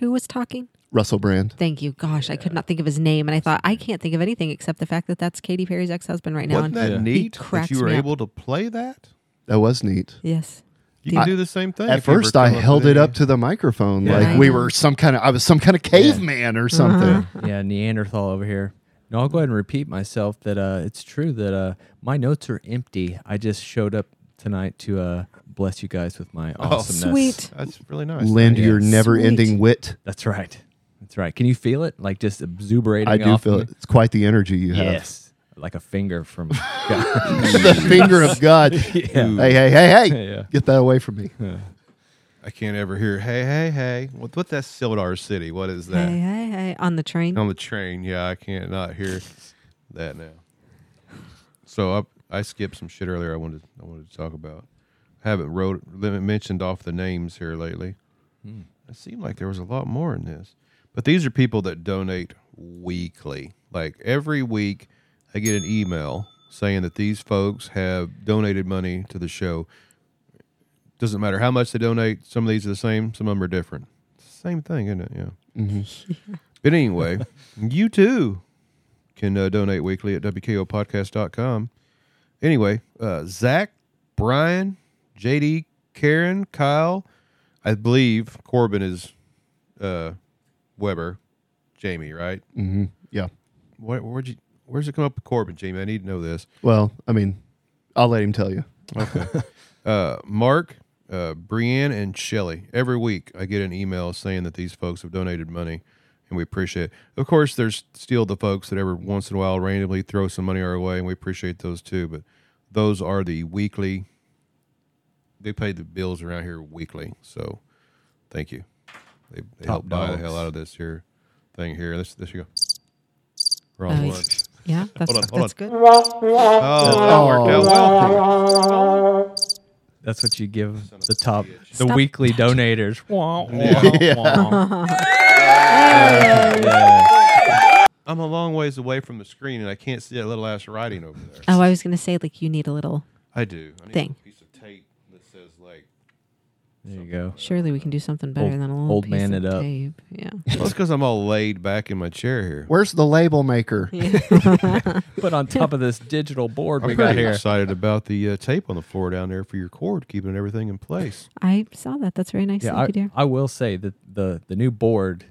D: who was talking?
E: Russell Brand.
D: Thank you. Gosh, I could not think of his name, and I thought I can't think of anything except the fact that that's Katy Perry's ex-husband right now.
B: Wasn't
D: and
B: that
D: he
B: neat that
D: cracks
B: you were
D: me up.
B: able to play that?
E: That was neat.
D: Yes.
B: You can
E: I-
B: do the same thing.
E: At
B: if you ever
E: first, I
B: come with
E: held it
B: any-
E: up to the microphone
C: Yeah.
E: like
D: I
E: we
D: know. Uh-huh.
E: were some kind of I was some kind of caveman or something.
C: yeah, Neanderthal over here. No, I'll go ahead and repeat myself that uh, it's true that uh, my notes are empty. I just showed up tonight to uh, bless you guys with my
E: Oh,
C: awesomeness.
D: Sweet.
B: That's really nice.
E: Lend
B: Thank you.
E: your never-ending wit.
C: That's right. That's right. Can you feel it? Like just exuberating.
E: I do
C: off
E: feel
C: me?
E: it. It's quite the energy you have.
C: Yes. Like a finger from.
E: the finger of God. Hey, hey, hey, hey!
C: Yeah.
E: Get that away from me.
B: I can't ever hear. Hey, hey, hey! What, what's that Sildar city? What is that?
D: Hey, hey, hey! On the train.
B: On the train, yeah, I can't not hear that now. So I I skipped some shit earlier. I wanted I wanted to talk about. I haven't wrote haven't mentioned off the names here lately. It seemed like there was a lot more in this, but these are people that donate weekly. Like every week, I get an email saying that these folks have donated money to the show. Doesn't matter how much they donate. Some of these are the same. Some of them are different. Same thing, isn't it? Yeah. But anyway, you too can uh, donate weekly at WKOpodcast.com. Anyway, uh, Zach, Brian, JD, Karen, Kyle, I believe Corbin is uh, Weber, Jamie, right?
E: Yeah.
B: Where, where'd you, where's it come up with Corbin, Jamie? I need to know this.
E: Well, I mean, I'll let him tell you.
B: uh, Mark, uh, Brienne, and Shelly. Every week I get an email saying that these folks have donated money and we appreciate it. Of course, there's still the folks that every once in a while randomly throw some money our way and we appreciate those too. But those are the weekly, they pay the bills around here weekly. So thank you. They, they
C: Top
B: help buy the
C: dogs.
B: hell out of this here thing here. This, this you go. Wrong
D: Nice.
B: one.
D: Yeah, that's
B: Hold on, hold
D: that's good.
B: Oh, that worked out well.
C: That's what you give the top, the
D: Stop
C: weekly donators. Wah, wah, wah.
B: I'm a long ways away from the screen and I can't see that little ass writing over there.
D: Oh, I was gonna say like you need a little.
B: I do. I need
D: Thing.
B: a piece of tape that says like.
C: There you go.
D: Surely we can do something better
C: Old-
D: than a little
C: old
D: piece
C: man
D: of
C: it up.
D: tape. Yeah.
B: That's because I'm all laid back in my chair here.
E: Where's the label maker?
C: But on top of this digital board
B: I'm
C: we got
B: pretty
C: here.
B: excited about the uh, tape on the floor down there for your cord, keeping everything in place.
D: I saw that. That's very nice
C: Yeah,
D: of you,
C: I,
D: dear.
C: I will say that the the new board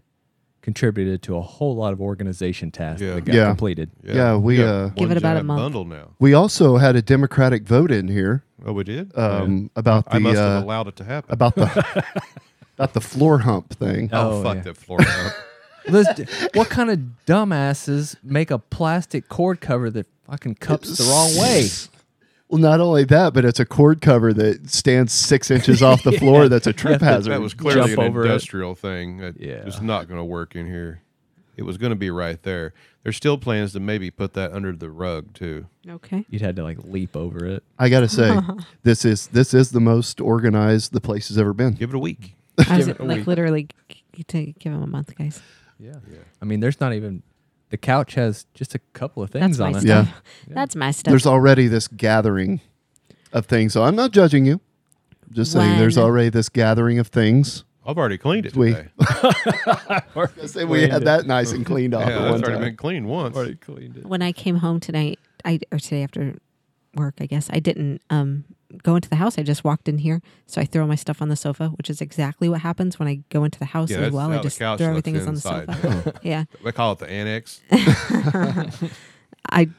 C: contributed to a whole lot of organization tasks
B: Yeah.
C: that got
E: Yeah.
C: completed.
E: Yeah, we,
B: got
E: uh,
B: one
D: Give it about a
B: giant
D: month.
B: Bundle now.
E: We also had a Democratic vote in here
B: Oh, we did.
C: Uh,
E: um, about the
B: I must
E: uh,
B: have allowed it to happen.
E: about the about the floor hump thing.
B: oh,
C: Oh,
B: fuck
C: yeah.
B: that floor. huh?
C: Let's d- what kind of dumbasses make a plastic cord cover that fucking cups the wrong way?
E: Well, not only that, but it's a cord cover that stands six inches off the floor. That's a trip hazard.
B: that was clearly
C: Jump
B: an
C: over it.
B: industrial thing. That
C: Yeah.
B: it's not going to work in here. It was going to be right there. There's still plans to maybe put that under the rug too.
D: Okay.
C: You'd had to like leap over it.
E: I gotta say, this is this is the most organized the place has ever been.
B: Give it a week.
D: I was
C: Give it a
D: like
C: week.
D: literally g- to give him a month, guys.
C: Yeah. I mean, there's not even the couch has just a couple of things
D: That's my
C: on it.
D: stuff.
E: Yeah.
D: That's my stuff.
E: There's already this gathering of things. So I'm not judging you. Just saying, there's
D: When-
E: already this gathering of things.
B: I've already cleaned it
E: We-
B: today.
E: I say we had that nice and cleaned off
B: Yeah,
E: at one
B: it's already
E: time.
B: been cleaned once.
C: Already cleaned it.
D: when I came home tonight, I or today after work, I guess I didn't um, go into the house. I just walked in here, so I throw my stuff on the sofa, which is exactly what happens when I go into the house
B: Yeah,
D: as
B: that's
D: well.
B: how
D: I
B: the
D: just throw
B: couch
D: everything
B: looks
D: is on the
B: inside.
D: sofa. yeah,
B: They call it the annex.
D: I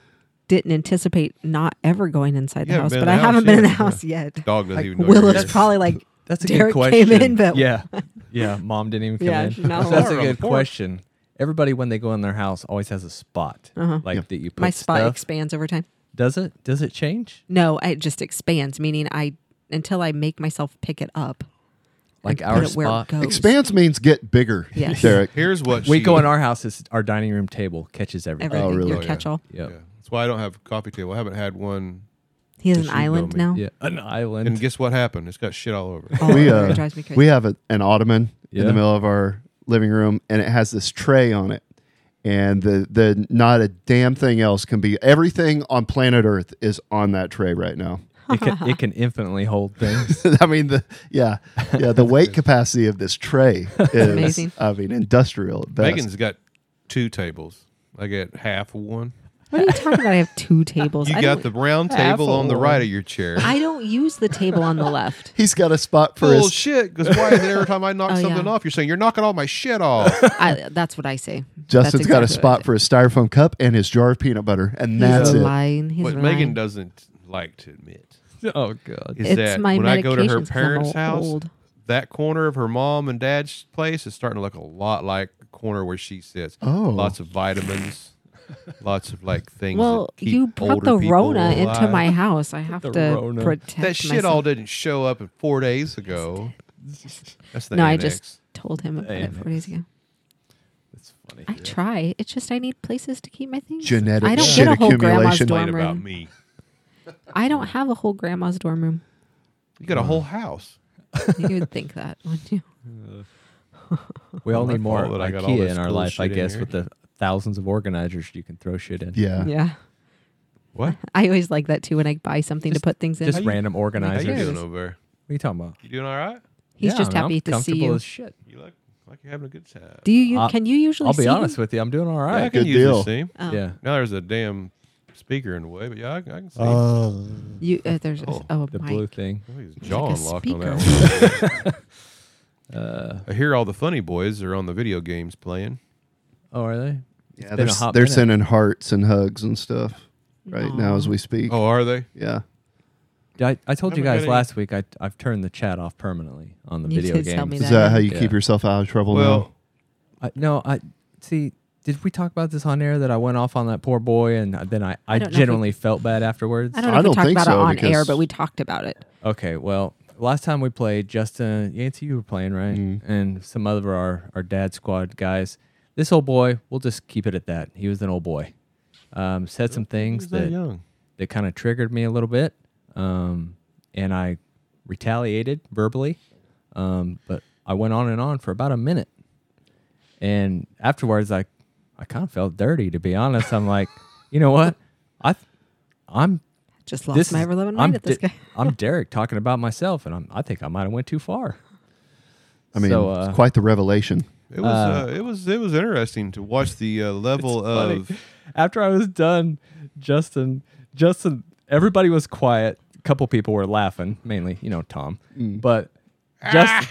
D: didn't anticipate not ever going inside the
B: You
D: house,
B: haven't been in
D: but I
B: the house
D: haven't been in the
B: yet.
D: house yet.
B: Dog doesn't even know. you're
D: Will
B: here.
D: is probably like
C: That's a
D: Derek
C: good
D: came
C: question.
D: in, but-
C: yeah, yeah, mom didn't even come
D: Yeah,
C: in.
D: she's not
C: That's a
B: allowed.
C: good question. Everybody, when they go in their house, always has a spot like that you put
D: uh-huh. my spot
C: stuff.
D: expands over time.
C: Does it? Does it change?
D: No, it just expands, meaning I until I make myself pick it up.
C: Like
D: and put
C: our
D: it where Oh, it
C: spot.
D: goes.
E: Expanse means get bigger,
D: Yes.
E: Derek.
B: Here's what
C: We
B: she-
C: go in our house. Is our dining room table catches everything.
D: Everything,
E: really?
D: your
B: Oh, yeah.
D: catch-all.
B: Yeah.
C: Yep.
B: That's why I don't have a coffee table. I haven't had one.
D: He has
B: Does
D: an
B: she know
D: island
B: me?
D: now.
C: Yeah, an island.
B: And guess what happened? It's got shit all over. it.
D: Oh,
E: We,
D: it
E: uh,
D: drives me crazy.
E: We have a, an ottoman in
C: Yeah.
E: the middle of our living room, and it has this tray on it, and the the not a damn thing else can be. Everything on planet Earth is on that tray right now.
C: it, can, it can infinitely hold things.
E: I mean, the yeah, yeah, the weight capacity of this tray is
D: amazing.
E: I mean, industrial. At best.
B: Megan's got two tables. I get half of one.
D: what are you talking about? I have two tables.
B: You
D: I
B: got
D: don't-
B: the round table on the right of your chair.
D: I don't use the table on the left.
E: He's got a spot for his.
B: Bullshit. Because why is it every time I knock
D: Oh,
B: something
D: yeah.
B: off, you're saying you're knocking all my shit off?
D: I, that's what I say.
E: Justin's
D: has
E: got a spot for his styrofoam cup and his jar of peanut butter, and
D: He's
E: that's it.
D: lying. He's
B: what
D: lying.
B: Megan doesn't like to admit
C: oh god.
B: is
D: It's
B: that
D: my
B: when I go to her
D: medications 'cause I'm
B: parents'
D: all
B: house,
D: old.
B: that corner of her mom and dad's place is starting to look a lot like the corner where she sits.
E: Oh.
B: lots of vitamins, lots of like things.
D: Well,
B: that keep
D: you brought
B: older
D: the
B: people
D: Rona into
B: alive.
D: my house. I have
C: The
D: to
C: Rona.
D: protect
B: That shit
D: myself.
B: all didn't show up in four days ago. That's the
D: No, I
B: annex.
D: just told him about it four days ago.
C: That's funny.
D: I try. It's just I need places to keep my things.
E: Genetic
D: I don't
E: shit
D: get a whole grandma's
E: accumulation.
D: dorm
B: Complain about
D: room.
B: me.
D: I don't have a whole grandma's dorm room.
B: You got a whole house.
D: You would think that, wouldn't you?
C: We all
B: my
C: need more
B: fault that I got all
C: IKEA
B: this
C: in our
B: cool
C: life,
B: shit
C: I
B: in
C: guess,
B: here.
C: with the thousands of organizers you can throw shit in.
E: Yeah.
D: Yeah.
B: What?
D: I always like that too when I buy something
C: Just-
D: to put things in.
C: Just random
B: How
C: organizers.
B: you
D: Yes.
B: doing over there?
C: What are you talking about?
B: You doing all right?
D: He's
C: Yeah,
D: just
C: I mean,
D: happy
C: I'm
D: to see
C: comfortable
D: you.
C: As shit.
B: You look like you're having a good time.
D: Do you?
C: I'll-
D: can you usually?
C: I'll be
D: see
C: honest
D: him?
C: with you. I'm doing all
B: Yeah, I
C: right.
B: can
E: Good
B: usually
E: deal.
B: see him.
D: Oh.
C: yeah.
B: Now there's a damn speaker in the way, but yeah, I, I can see him.
A: Uh,
D: You uh, there's
B: Oh,
D: oh,
C: The
D: my
C: blue thing.
B: Oh, he's
D: It's
B: jaw
D: like a
B: unlocked on that one.
D: speaker.
C: Uh,
B: I hear all the funny boys are on the video games playing.
C: Oh, are they?
E: Yeah,
C: been
E: they're,
C: a hot
E: they're
C: minute.
E: sending hearts and hugs and stuff right now as we speak.
B: Oh, are they?
E: Yeah.
C: I, I told
B: Haven't
C: you
B: got
C: guys
B: any-
C: last week I, I've turned the chat off permanently on the
D: You
C: video
D: did
C: games.
D: tell me
E: Is
D: that
E: that how you
C: Yeah.
E: keep yourself out of trouble
B: Well,
C: I, no, I see. Did we talk about this on air that I went off on that poor boy and then I, I,
D: I don't know if we-
C: genuinely felt bad afterwards?
D: I don't know
E: I
D: if
E: don't
D: we talked
E: think
D: about
E: so,
D: it on air,
E: because-
D: but we talked about it.
C: Okay, well, last time we played, Justin Yancey, you were playing, right?
E: Mm-hmm.
C: And some other of our, our dad squad guys. This old boy, we'll just keep it at that. He was an old boy. Um, said some things
B: he's that
C: that,
B: young.
C: that kind of triggered me a little bit. Um, and I retaliated verbally. Um, but I went on and on for about a minute. And afterwards, I, I kind of felt dirty, to be honest. I'm like, you know what? I, th- I'm
D: Just lost my
C: is-
D: ever loving
C: I'm
D: mind at this
C: De-
D: guy.
C: I'm Derek talking about myself, and I'm, I think I might have went too far.
E: now? I mean,
C: so, uh,
E: it's quite the revelation.
B: It was uh, it was it was interesting to watch the uh, level
C: Funny.
B: of
C: After I was done, Justin, Justin, everybody was quiet. A couple people were
B: Mm.
C: laughing, mainly, you know, Tom. But Justin,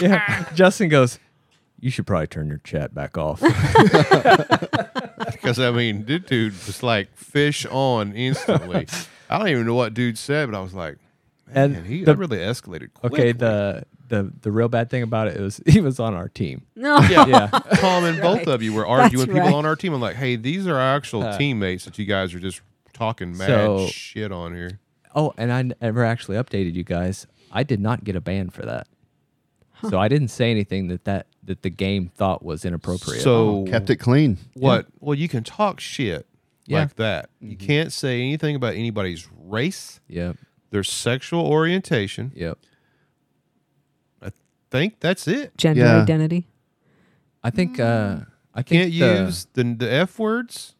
C: yeah, Justin goes, you should probably turn your chat back off.
B: Because I mean, this dude was like fish on instantly. I don't even know what dude said, but I was like, man,
C: And
B: he
C: the-
B: that really escalated. Quickly.
C: okay, the the the real bad thing about it is he was on our team.
D: No.
B: yeah,
C: Yeah.
B: Tom and both of you were arguing people
D: right.
B: on our team. I'm like, hey, these are our actual teammates that you guys are just talking mad
C: So-
B: shit on here.
C: Oh, and I never actually updated you guys. I did not get a ban for that. So I didn't say anything that, that that the game thought was inappropriate.
B: So
E: Kept it clean.
B: what? Well, you can talk shit
C: Yeah.
B: like that. You
D: Mm-hmm.
B: can't say anything about anybody's race,
C: yep,
B: their sexual orientation.
C: yep.
B: Think that's it.
D: Gender
E: Yeah.
D: identity.
C: I think uh I
B: Can't
C: think the-
B: use the the f words.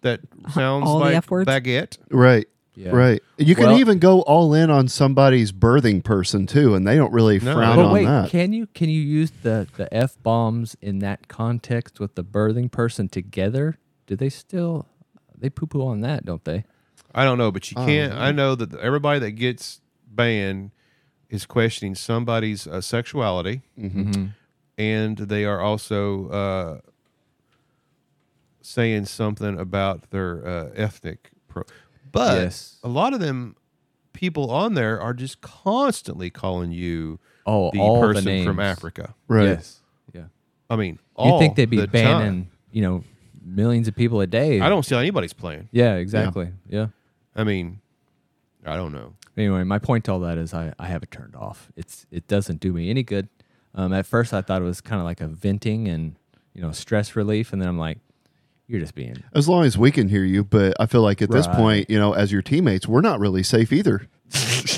B: That sounds
D: all the
B: like
D: F words?
B: baguette.
E: Right.
C: Yeah.
E: Right. You can
C: Well-
E: even go all in on somebody's birthing person too, and they don't really
B: No.
E: frown
B: But
E: on
C: But wait,
E: that.
C: can you can you use the the f bombs in that context with the birthing person together? Do they still they poo poo on that, don't they?
B: I don't know, but you can't. I know that everybody that gets banned is questioning somebody's uh, sexuality,
C: Mm-hmm.
B: and they are also uh, saying something about their uh, ethnic. Pro- but
C: Yes.
B: a lot of them people on there are just constantly calling you
C: Oh,
B: the
C: all the
B: person from
C: names.
B: Africa.
E: Right.
C: Yes. Yeah.
B: I mean,
C: You
B: all
C: think they'd be
B: the time.
C: banning, you know, millions of people a day.
B: I don't see how anybody's playing.
C: Yeah, exactly. yeah.
B: I mean, I don't know.
C: anyway, my point to all that is I, I have it turned off. It's it doesn't do me any good. Um, at first, I thought it was kind of like a venting and you know stress relief, and then I'm like, you're just being
E: As long as we can hear you, but I feel like at this
C: Right.
E: point, you know, as your teammates, we're not really safe either.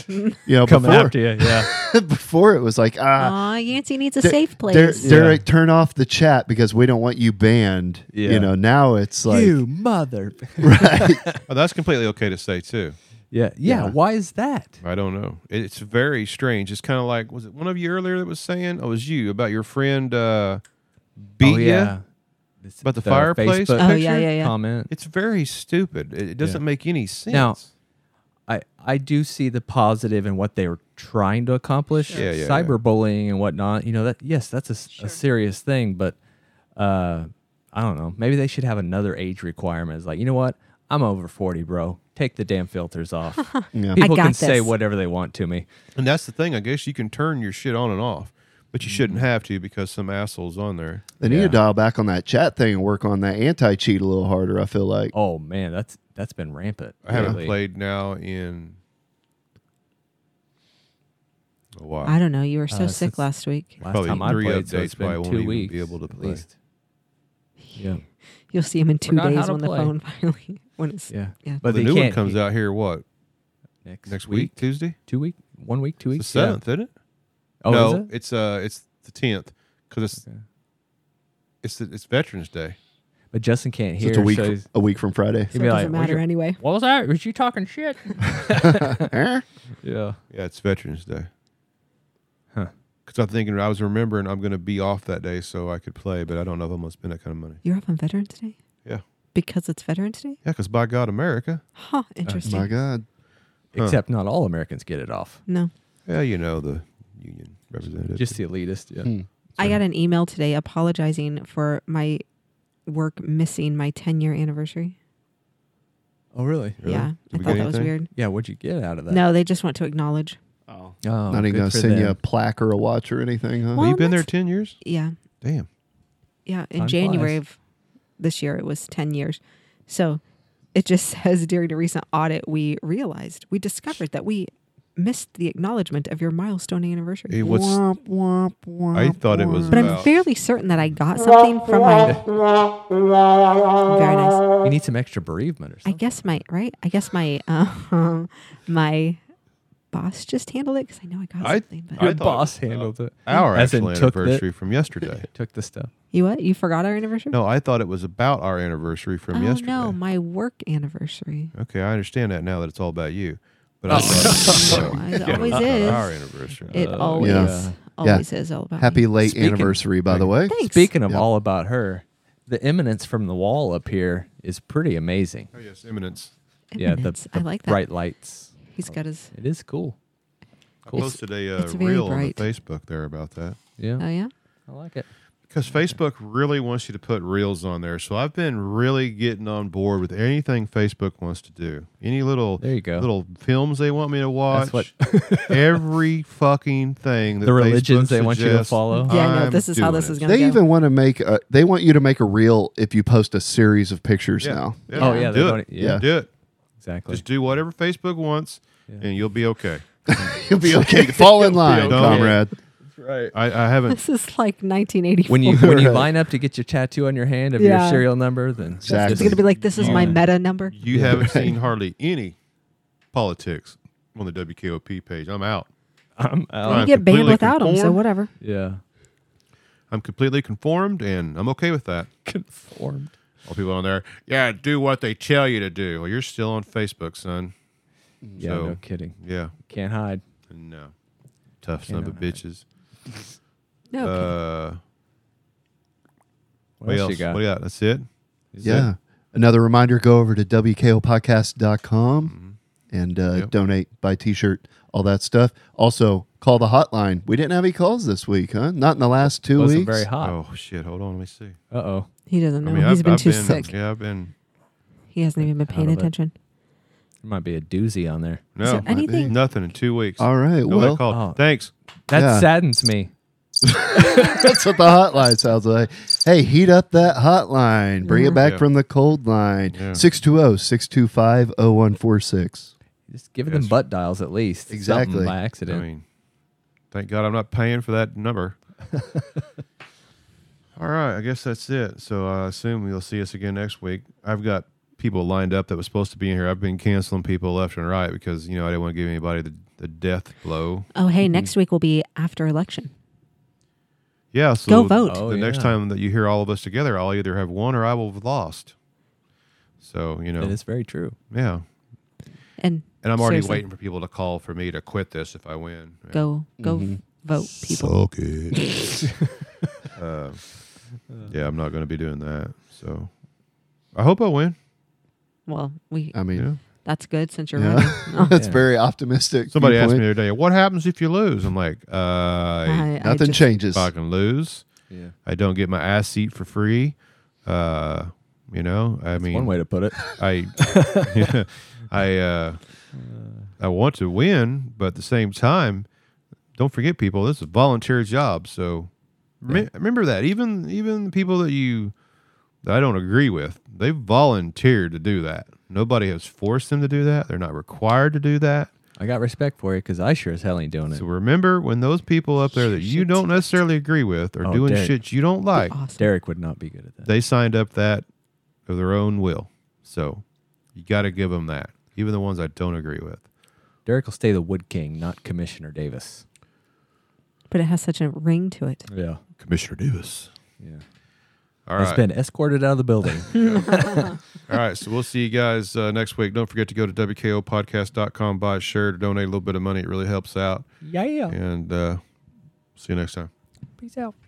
E: you know,
C: coming
E: before,
C: after you. Yeah,
E: before it was like, ah,
D: Aw, Yancey needs a
E: Der-
D: safe
E: Der-
D: place.
E: Derek, turn off the chat because we don't want you banned.
C: Yeah.
E: You know, now it's like,
C: you mother.
B: Oh, that's completely okay to say too.
C: yeah, Oh, yeah,
E: Yeah.
C: Why is that?
B: I don't know. It- It's very strange. It's kind of like was it one of you earlier that was saying? Oh, it was you about your friend uh,
C: Oh,
B: beat ya?
C: It's
B: About the fireplace
C: Facebook
D: Oh, yeah,
B: picture?
D: yeah, yeah.
C: comment.
B: It's very stupid. It, it doesn't make any sense.
C: Now- I, I do see the positive in what they were trying to accomplish.
B: Sure. Yeah, yeah, yeah.
C: Cyberbullying and whatnot. You know that yes, that's a, s- a serious thing, but uh, I don't know. Maybe they should have another age requirement. It's like you know what? I'm over forty, bro. Take the damn filters off.
E: Yeah.
C: People
D: I got
C: can say
D: this.
C: whatever they want to me.
B: and that's the thing. I guess you can turn your shit on and off, but you shouldn't have to because some assholes on there.
E: they need
C: Yeah.
E: to dial back on that chat thing and work on that anti cheat a little harder. I feel like.
C: Oh man, that's that's been rampant.
B: I haven't
C: lately.
B: played now in a while.
D: I don't know. You were so
C: Uh,
D: sick
C: since-
D: last week.
C: Last
B: Probably
C: time I
B: three
C: played, so it's
B: updates, probably
C: been
B: won't
C: two
B: even be
C: weeks
B: able to
C: at
B: play.
C: least. Yeah,
D: You'll see him in two
C: Forgot how
D: days
C: to
D: when
C: play.
D: the phone finally when it's
C: yeah,
D: Yeah.
C: But
B: the
C: they
B: new one
C: can't-
B: comes out here. What
C: next
B: next week? Tuesday.
C: Two week, one week, two
B: It's the
C: weeks. Yeah.
B: seventh, isn't it?
C: Oh,
B: no,
C: is it?
B: it's uh, it's the tenth because it's
C: Okay.
B: it's it's Veterans Day.
C: But Justin can't
E: So
C: hear.
E: it's a week,
C: so he's-
E: a week from Friday.
C: he'd
D: so
C: be
D: it
C: like,
D: doesn't
C: "Well,
D: matter
C: you're-
D: anyway.
C: What was that? Was you talking shit? yeah.
B: Yeah, it's Veterans Day.
C: Huh.
B: Because I'm thinking I was remembering I'm going to be off that day, so I could play, but I don't know if I'm going to spend that kind of money.
D: You're up on Veterans Day?
B: Yeah,
D: Because it's Veterans Day?
B: yeah. Because by God, America.
E: Uh,
D: Huh, interesting.
E: My God.
B: Huh.
C: Except not all Americans get it off.
D: no.
B: Yeah, you know the union representative.
C: Just the elitist. Yeah.
E: Hmm.
D: I got an email today apologizing for my work missing my 10 year anniversary.
C: Oh, really?
B: Really?
D: Yeah. I
B: Did we
D: thought
B: get
D: that was
B: anything?
D: weird.
C: Yeah. What'd you get out of that?
D: No, they just want to acknowledge.
E: Oh.
C: Oh,
E: Not even
C: good
E: gonna
C: for
E: send you a
C: them.
E: plaque or a watch or anything, huh?
B: Well,
D: Well,
B: you've been there
D: that's-
B: ten years.
D: Yeah.
B: Damn.
D: Yeah. In
C: Time
D: January
C: flies.
D: of this year, it was 10 years. So it just says during a recent audit, we realized, we discovered that we missed the acknowledgement of your milestone anniversary.
B: Hey, what's?
E: Womp, womp, womp,
B: I thought it was.
D: But I'm
B: about-
D: fairly certain that I got something from my. Very nice.
C: You need some extra bereavement or
D: I
C: something.
D: guess my right. I guess my uh, my boss just handled it because I know I got
B: I-
D: something. But
B: I
C: Your
B: thought
C: boss
B: it was
C: handled it.
B: Our
C: As in
B: actual
C: took the-
B: anniversary from yesterday.
C: Took the stuff.
D: you what? You forgot our anniversary?
B: No, I thought it was about our anniversary from
D: oh
B: yesterday.
D: no, my work anniversary.
B: Okay, I understand that now that it's all about you. But I thought
D: Oh,
B: you
D: it
B: know, you
D: always
B: know,
D: is.
B: our anniversary.
D: It
C: Uh,
D: always
E: yeah.
D: always is all about me.
E: Happy late
C: Speaking-
E: anniversary, by the way.
D: Thanks.
C: Speaking of
E: Yeah.
C: all about her, the eminence from the wall up here is pretty amazing.
B: oh yes, Eminence.
C: Yeah. The,
D: Eminence.
C: the
D: I like that.
C: bright lights.
D: He's got his.
C: It is cool.
B: I posted a uh,
D: it's very
B: reel on the
D: bright.
B: Facebook there about that.
C: Yeah.
D: Oh yeah.
C: I like it.
B: because Facebook really wants you to put reels on there. So I've been really getting on board with anything Facebook wants to do. Any little
C: There you go.
B: little films they want me to watch.
C: That's what-
B: every fucking thing that
C: The religions
B: Facebook
C: they want you to
B: suggests,
C: follow.
D: Yeah, no,
B: I'm
D: this is how
B: doing
D: this
B: it.
D: is going to
E: They
D: go.
E: even want to make a, they want you to make a reel if you post a series of pictures
B: Yeah.
E: now.
B: Yeah.
C: Oh yeah, they
B: do
C: don't,
B: it.
C: yeah,
E: Yeah.
B: Do it.
C: exactly.
B: Just do whatever Facebook wants, and you'll be okay.
E: You'll be okay. Fall in line,
B: okay.
E: comrade.
B: Right. I, I haven't.
D: this is like 1984.
C: when you when you
E: Right.
C: line up to get your tattoo on your hand of
D: Yeah.
C: your serial number, then
E: Exactly.
D: it's going to be like, this is my
C: Yeah.
D: meta number.
B: You haven't seen hardly any politics on the WKOP page. I'm out.
C: I'm out.
B: Right.
D: You get banned
B: completely
D: without them, so
B: conform.
D: whatever.
C: Yeah,
B: I'm completely conformed, and I'm okay with that.
C: conformed.
B: All people on there, yeah, do what they tell you to do. Well, you're still on Facebook, son.
C: Yeah,
B: So-
C: no kidding.
B: Yeah,
C: Can't hide.
B: no, tough son of a
C: Cannot hide.
B: bitches.
D: No, okay.
B: Uh,
C: What,
B: what
C: else
B: else?
C: you got?
B: What do you got? That's it. Is
E: Yeah.
B: it?
E: Another reminder go over to WKOpodcast.com and uh,
B: Mm-hmm. Yep.
E: donate, buy t shirt, all that stuff. Also, call the hotline. We didn't have any calls this week, huh? Not in the last 2
C: Wasn't
E: weeks.
C: very hot.
B: Oh shit! Hold on, let me see.
C: Uh oh.
D: he doesn't know.
B: I mean,
D: He's
B: I've,
D: been
B: I've
D: too
B: been,
D: sick.
B: Yeah, I've been.
D: He hasn't even been paying
C: of it.
D: attention.
C: There might be a doozy on there.
B: No,
D: there anything-
B: Nothing in two weeks.
E: all right.
B: Nobody
E: well,
B: called.
C: Oh.
B: Thanks.
C: That
E: Yeah.
C: saddens me.
E: that's what the hotline sounds like. Hey, heat up that hotline. Bring it back
B: Yeah.
E: from the cold line oh,
B: Yeah.
E: 620 625 0146.
C: Just giving
B: Yes.
C: them butt dials at least. Something
E: Exactly.
C: by
B: I
C: accident.
B: mean, thank God I'm not paying for that number. All right, I guess that's it. So I assume you'll see us again next week. I've got people lined up that was supposed to be in here. I've been canceling people left and right because you know I didn't want to give anybody the, the death blow.
D: Oh, hey,
C: Mm-hmm.
D: next week will be after election.
B: Yeah, so
D: Go vote.
B: The
C: Oh,
B: next
C: yeah.
B: time that you hear all of us together, I'll either have won or I will have lost. So you know,
C: That is very true.
B: yeah.
D: And
B: And I'm already
D: Seriously.
B: waiting for people to call for me to quit this if I win. Yeah.
D: go go
C: Mm-hmm.
D: vote, people.
A: Fuck it.
B: Yeah, I'm not going to be doing that. So I hope I win.
D: Well, we
E: I mean,
B: Yeah.
D: that's good since you're
E: Yeah.
D: running. Oh,
E: that's
C: Yeah.
E: very optimistic.
B: Somebody asked me
E: viewpoint.
B: the other day, "What happens if you lose?" I'm like, uh, I,
D: I
E: Nothing
D: just-
E: changes.
B: fucking lose.
C: Yeah.
B: I don't get my ass seat for free. Uh, you know, I mean,
C: One way to put it.
B: I, I, uh, I want to win, but at the same time, don't forget, people, this is a volunteer job. So rem- remember that. Even even the people that you that I don't agree with, they volunteered to do that. Nobody has forced them to do that. They're not required to do that.
C: I got respect for you because I sure as hell ain't doing it.
B: So remember when those people up there that you don't necessarily agree with are
C: Oh,
B: doing
C: Derek.
B: shit you don't like,
D: Awesome.
C: Derek would not be good at that.
B: they signed up that of their own will. So you got to give them that, even the ones I don't agree with.
C: Derek will stay the Wood King, not Commissioner Davis.
D: But it has such a ring to it.
C: Yeah.
B: Commissioner Davis.
C: Yeah.
B: All
C: He's
B: right.
C: been escorted out of the building.
B: All right. So we'll see you guys uh, next week. Don't forget to go to WKOpodcast.com, buy a shirt, donate a
C: Oh.
B: little bit of money. It really helps out.
C: yeah.
B: And uh, see you next time.
C: Peace out.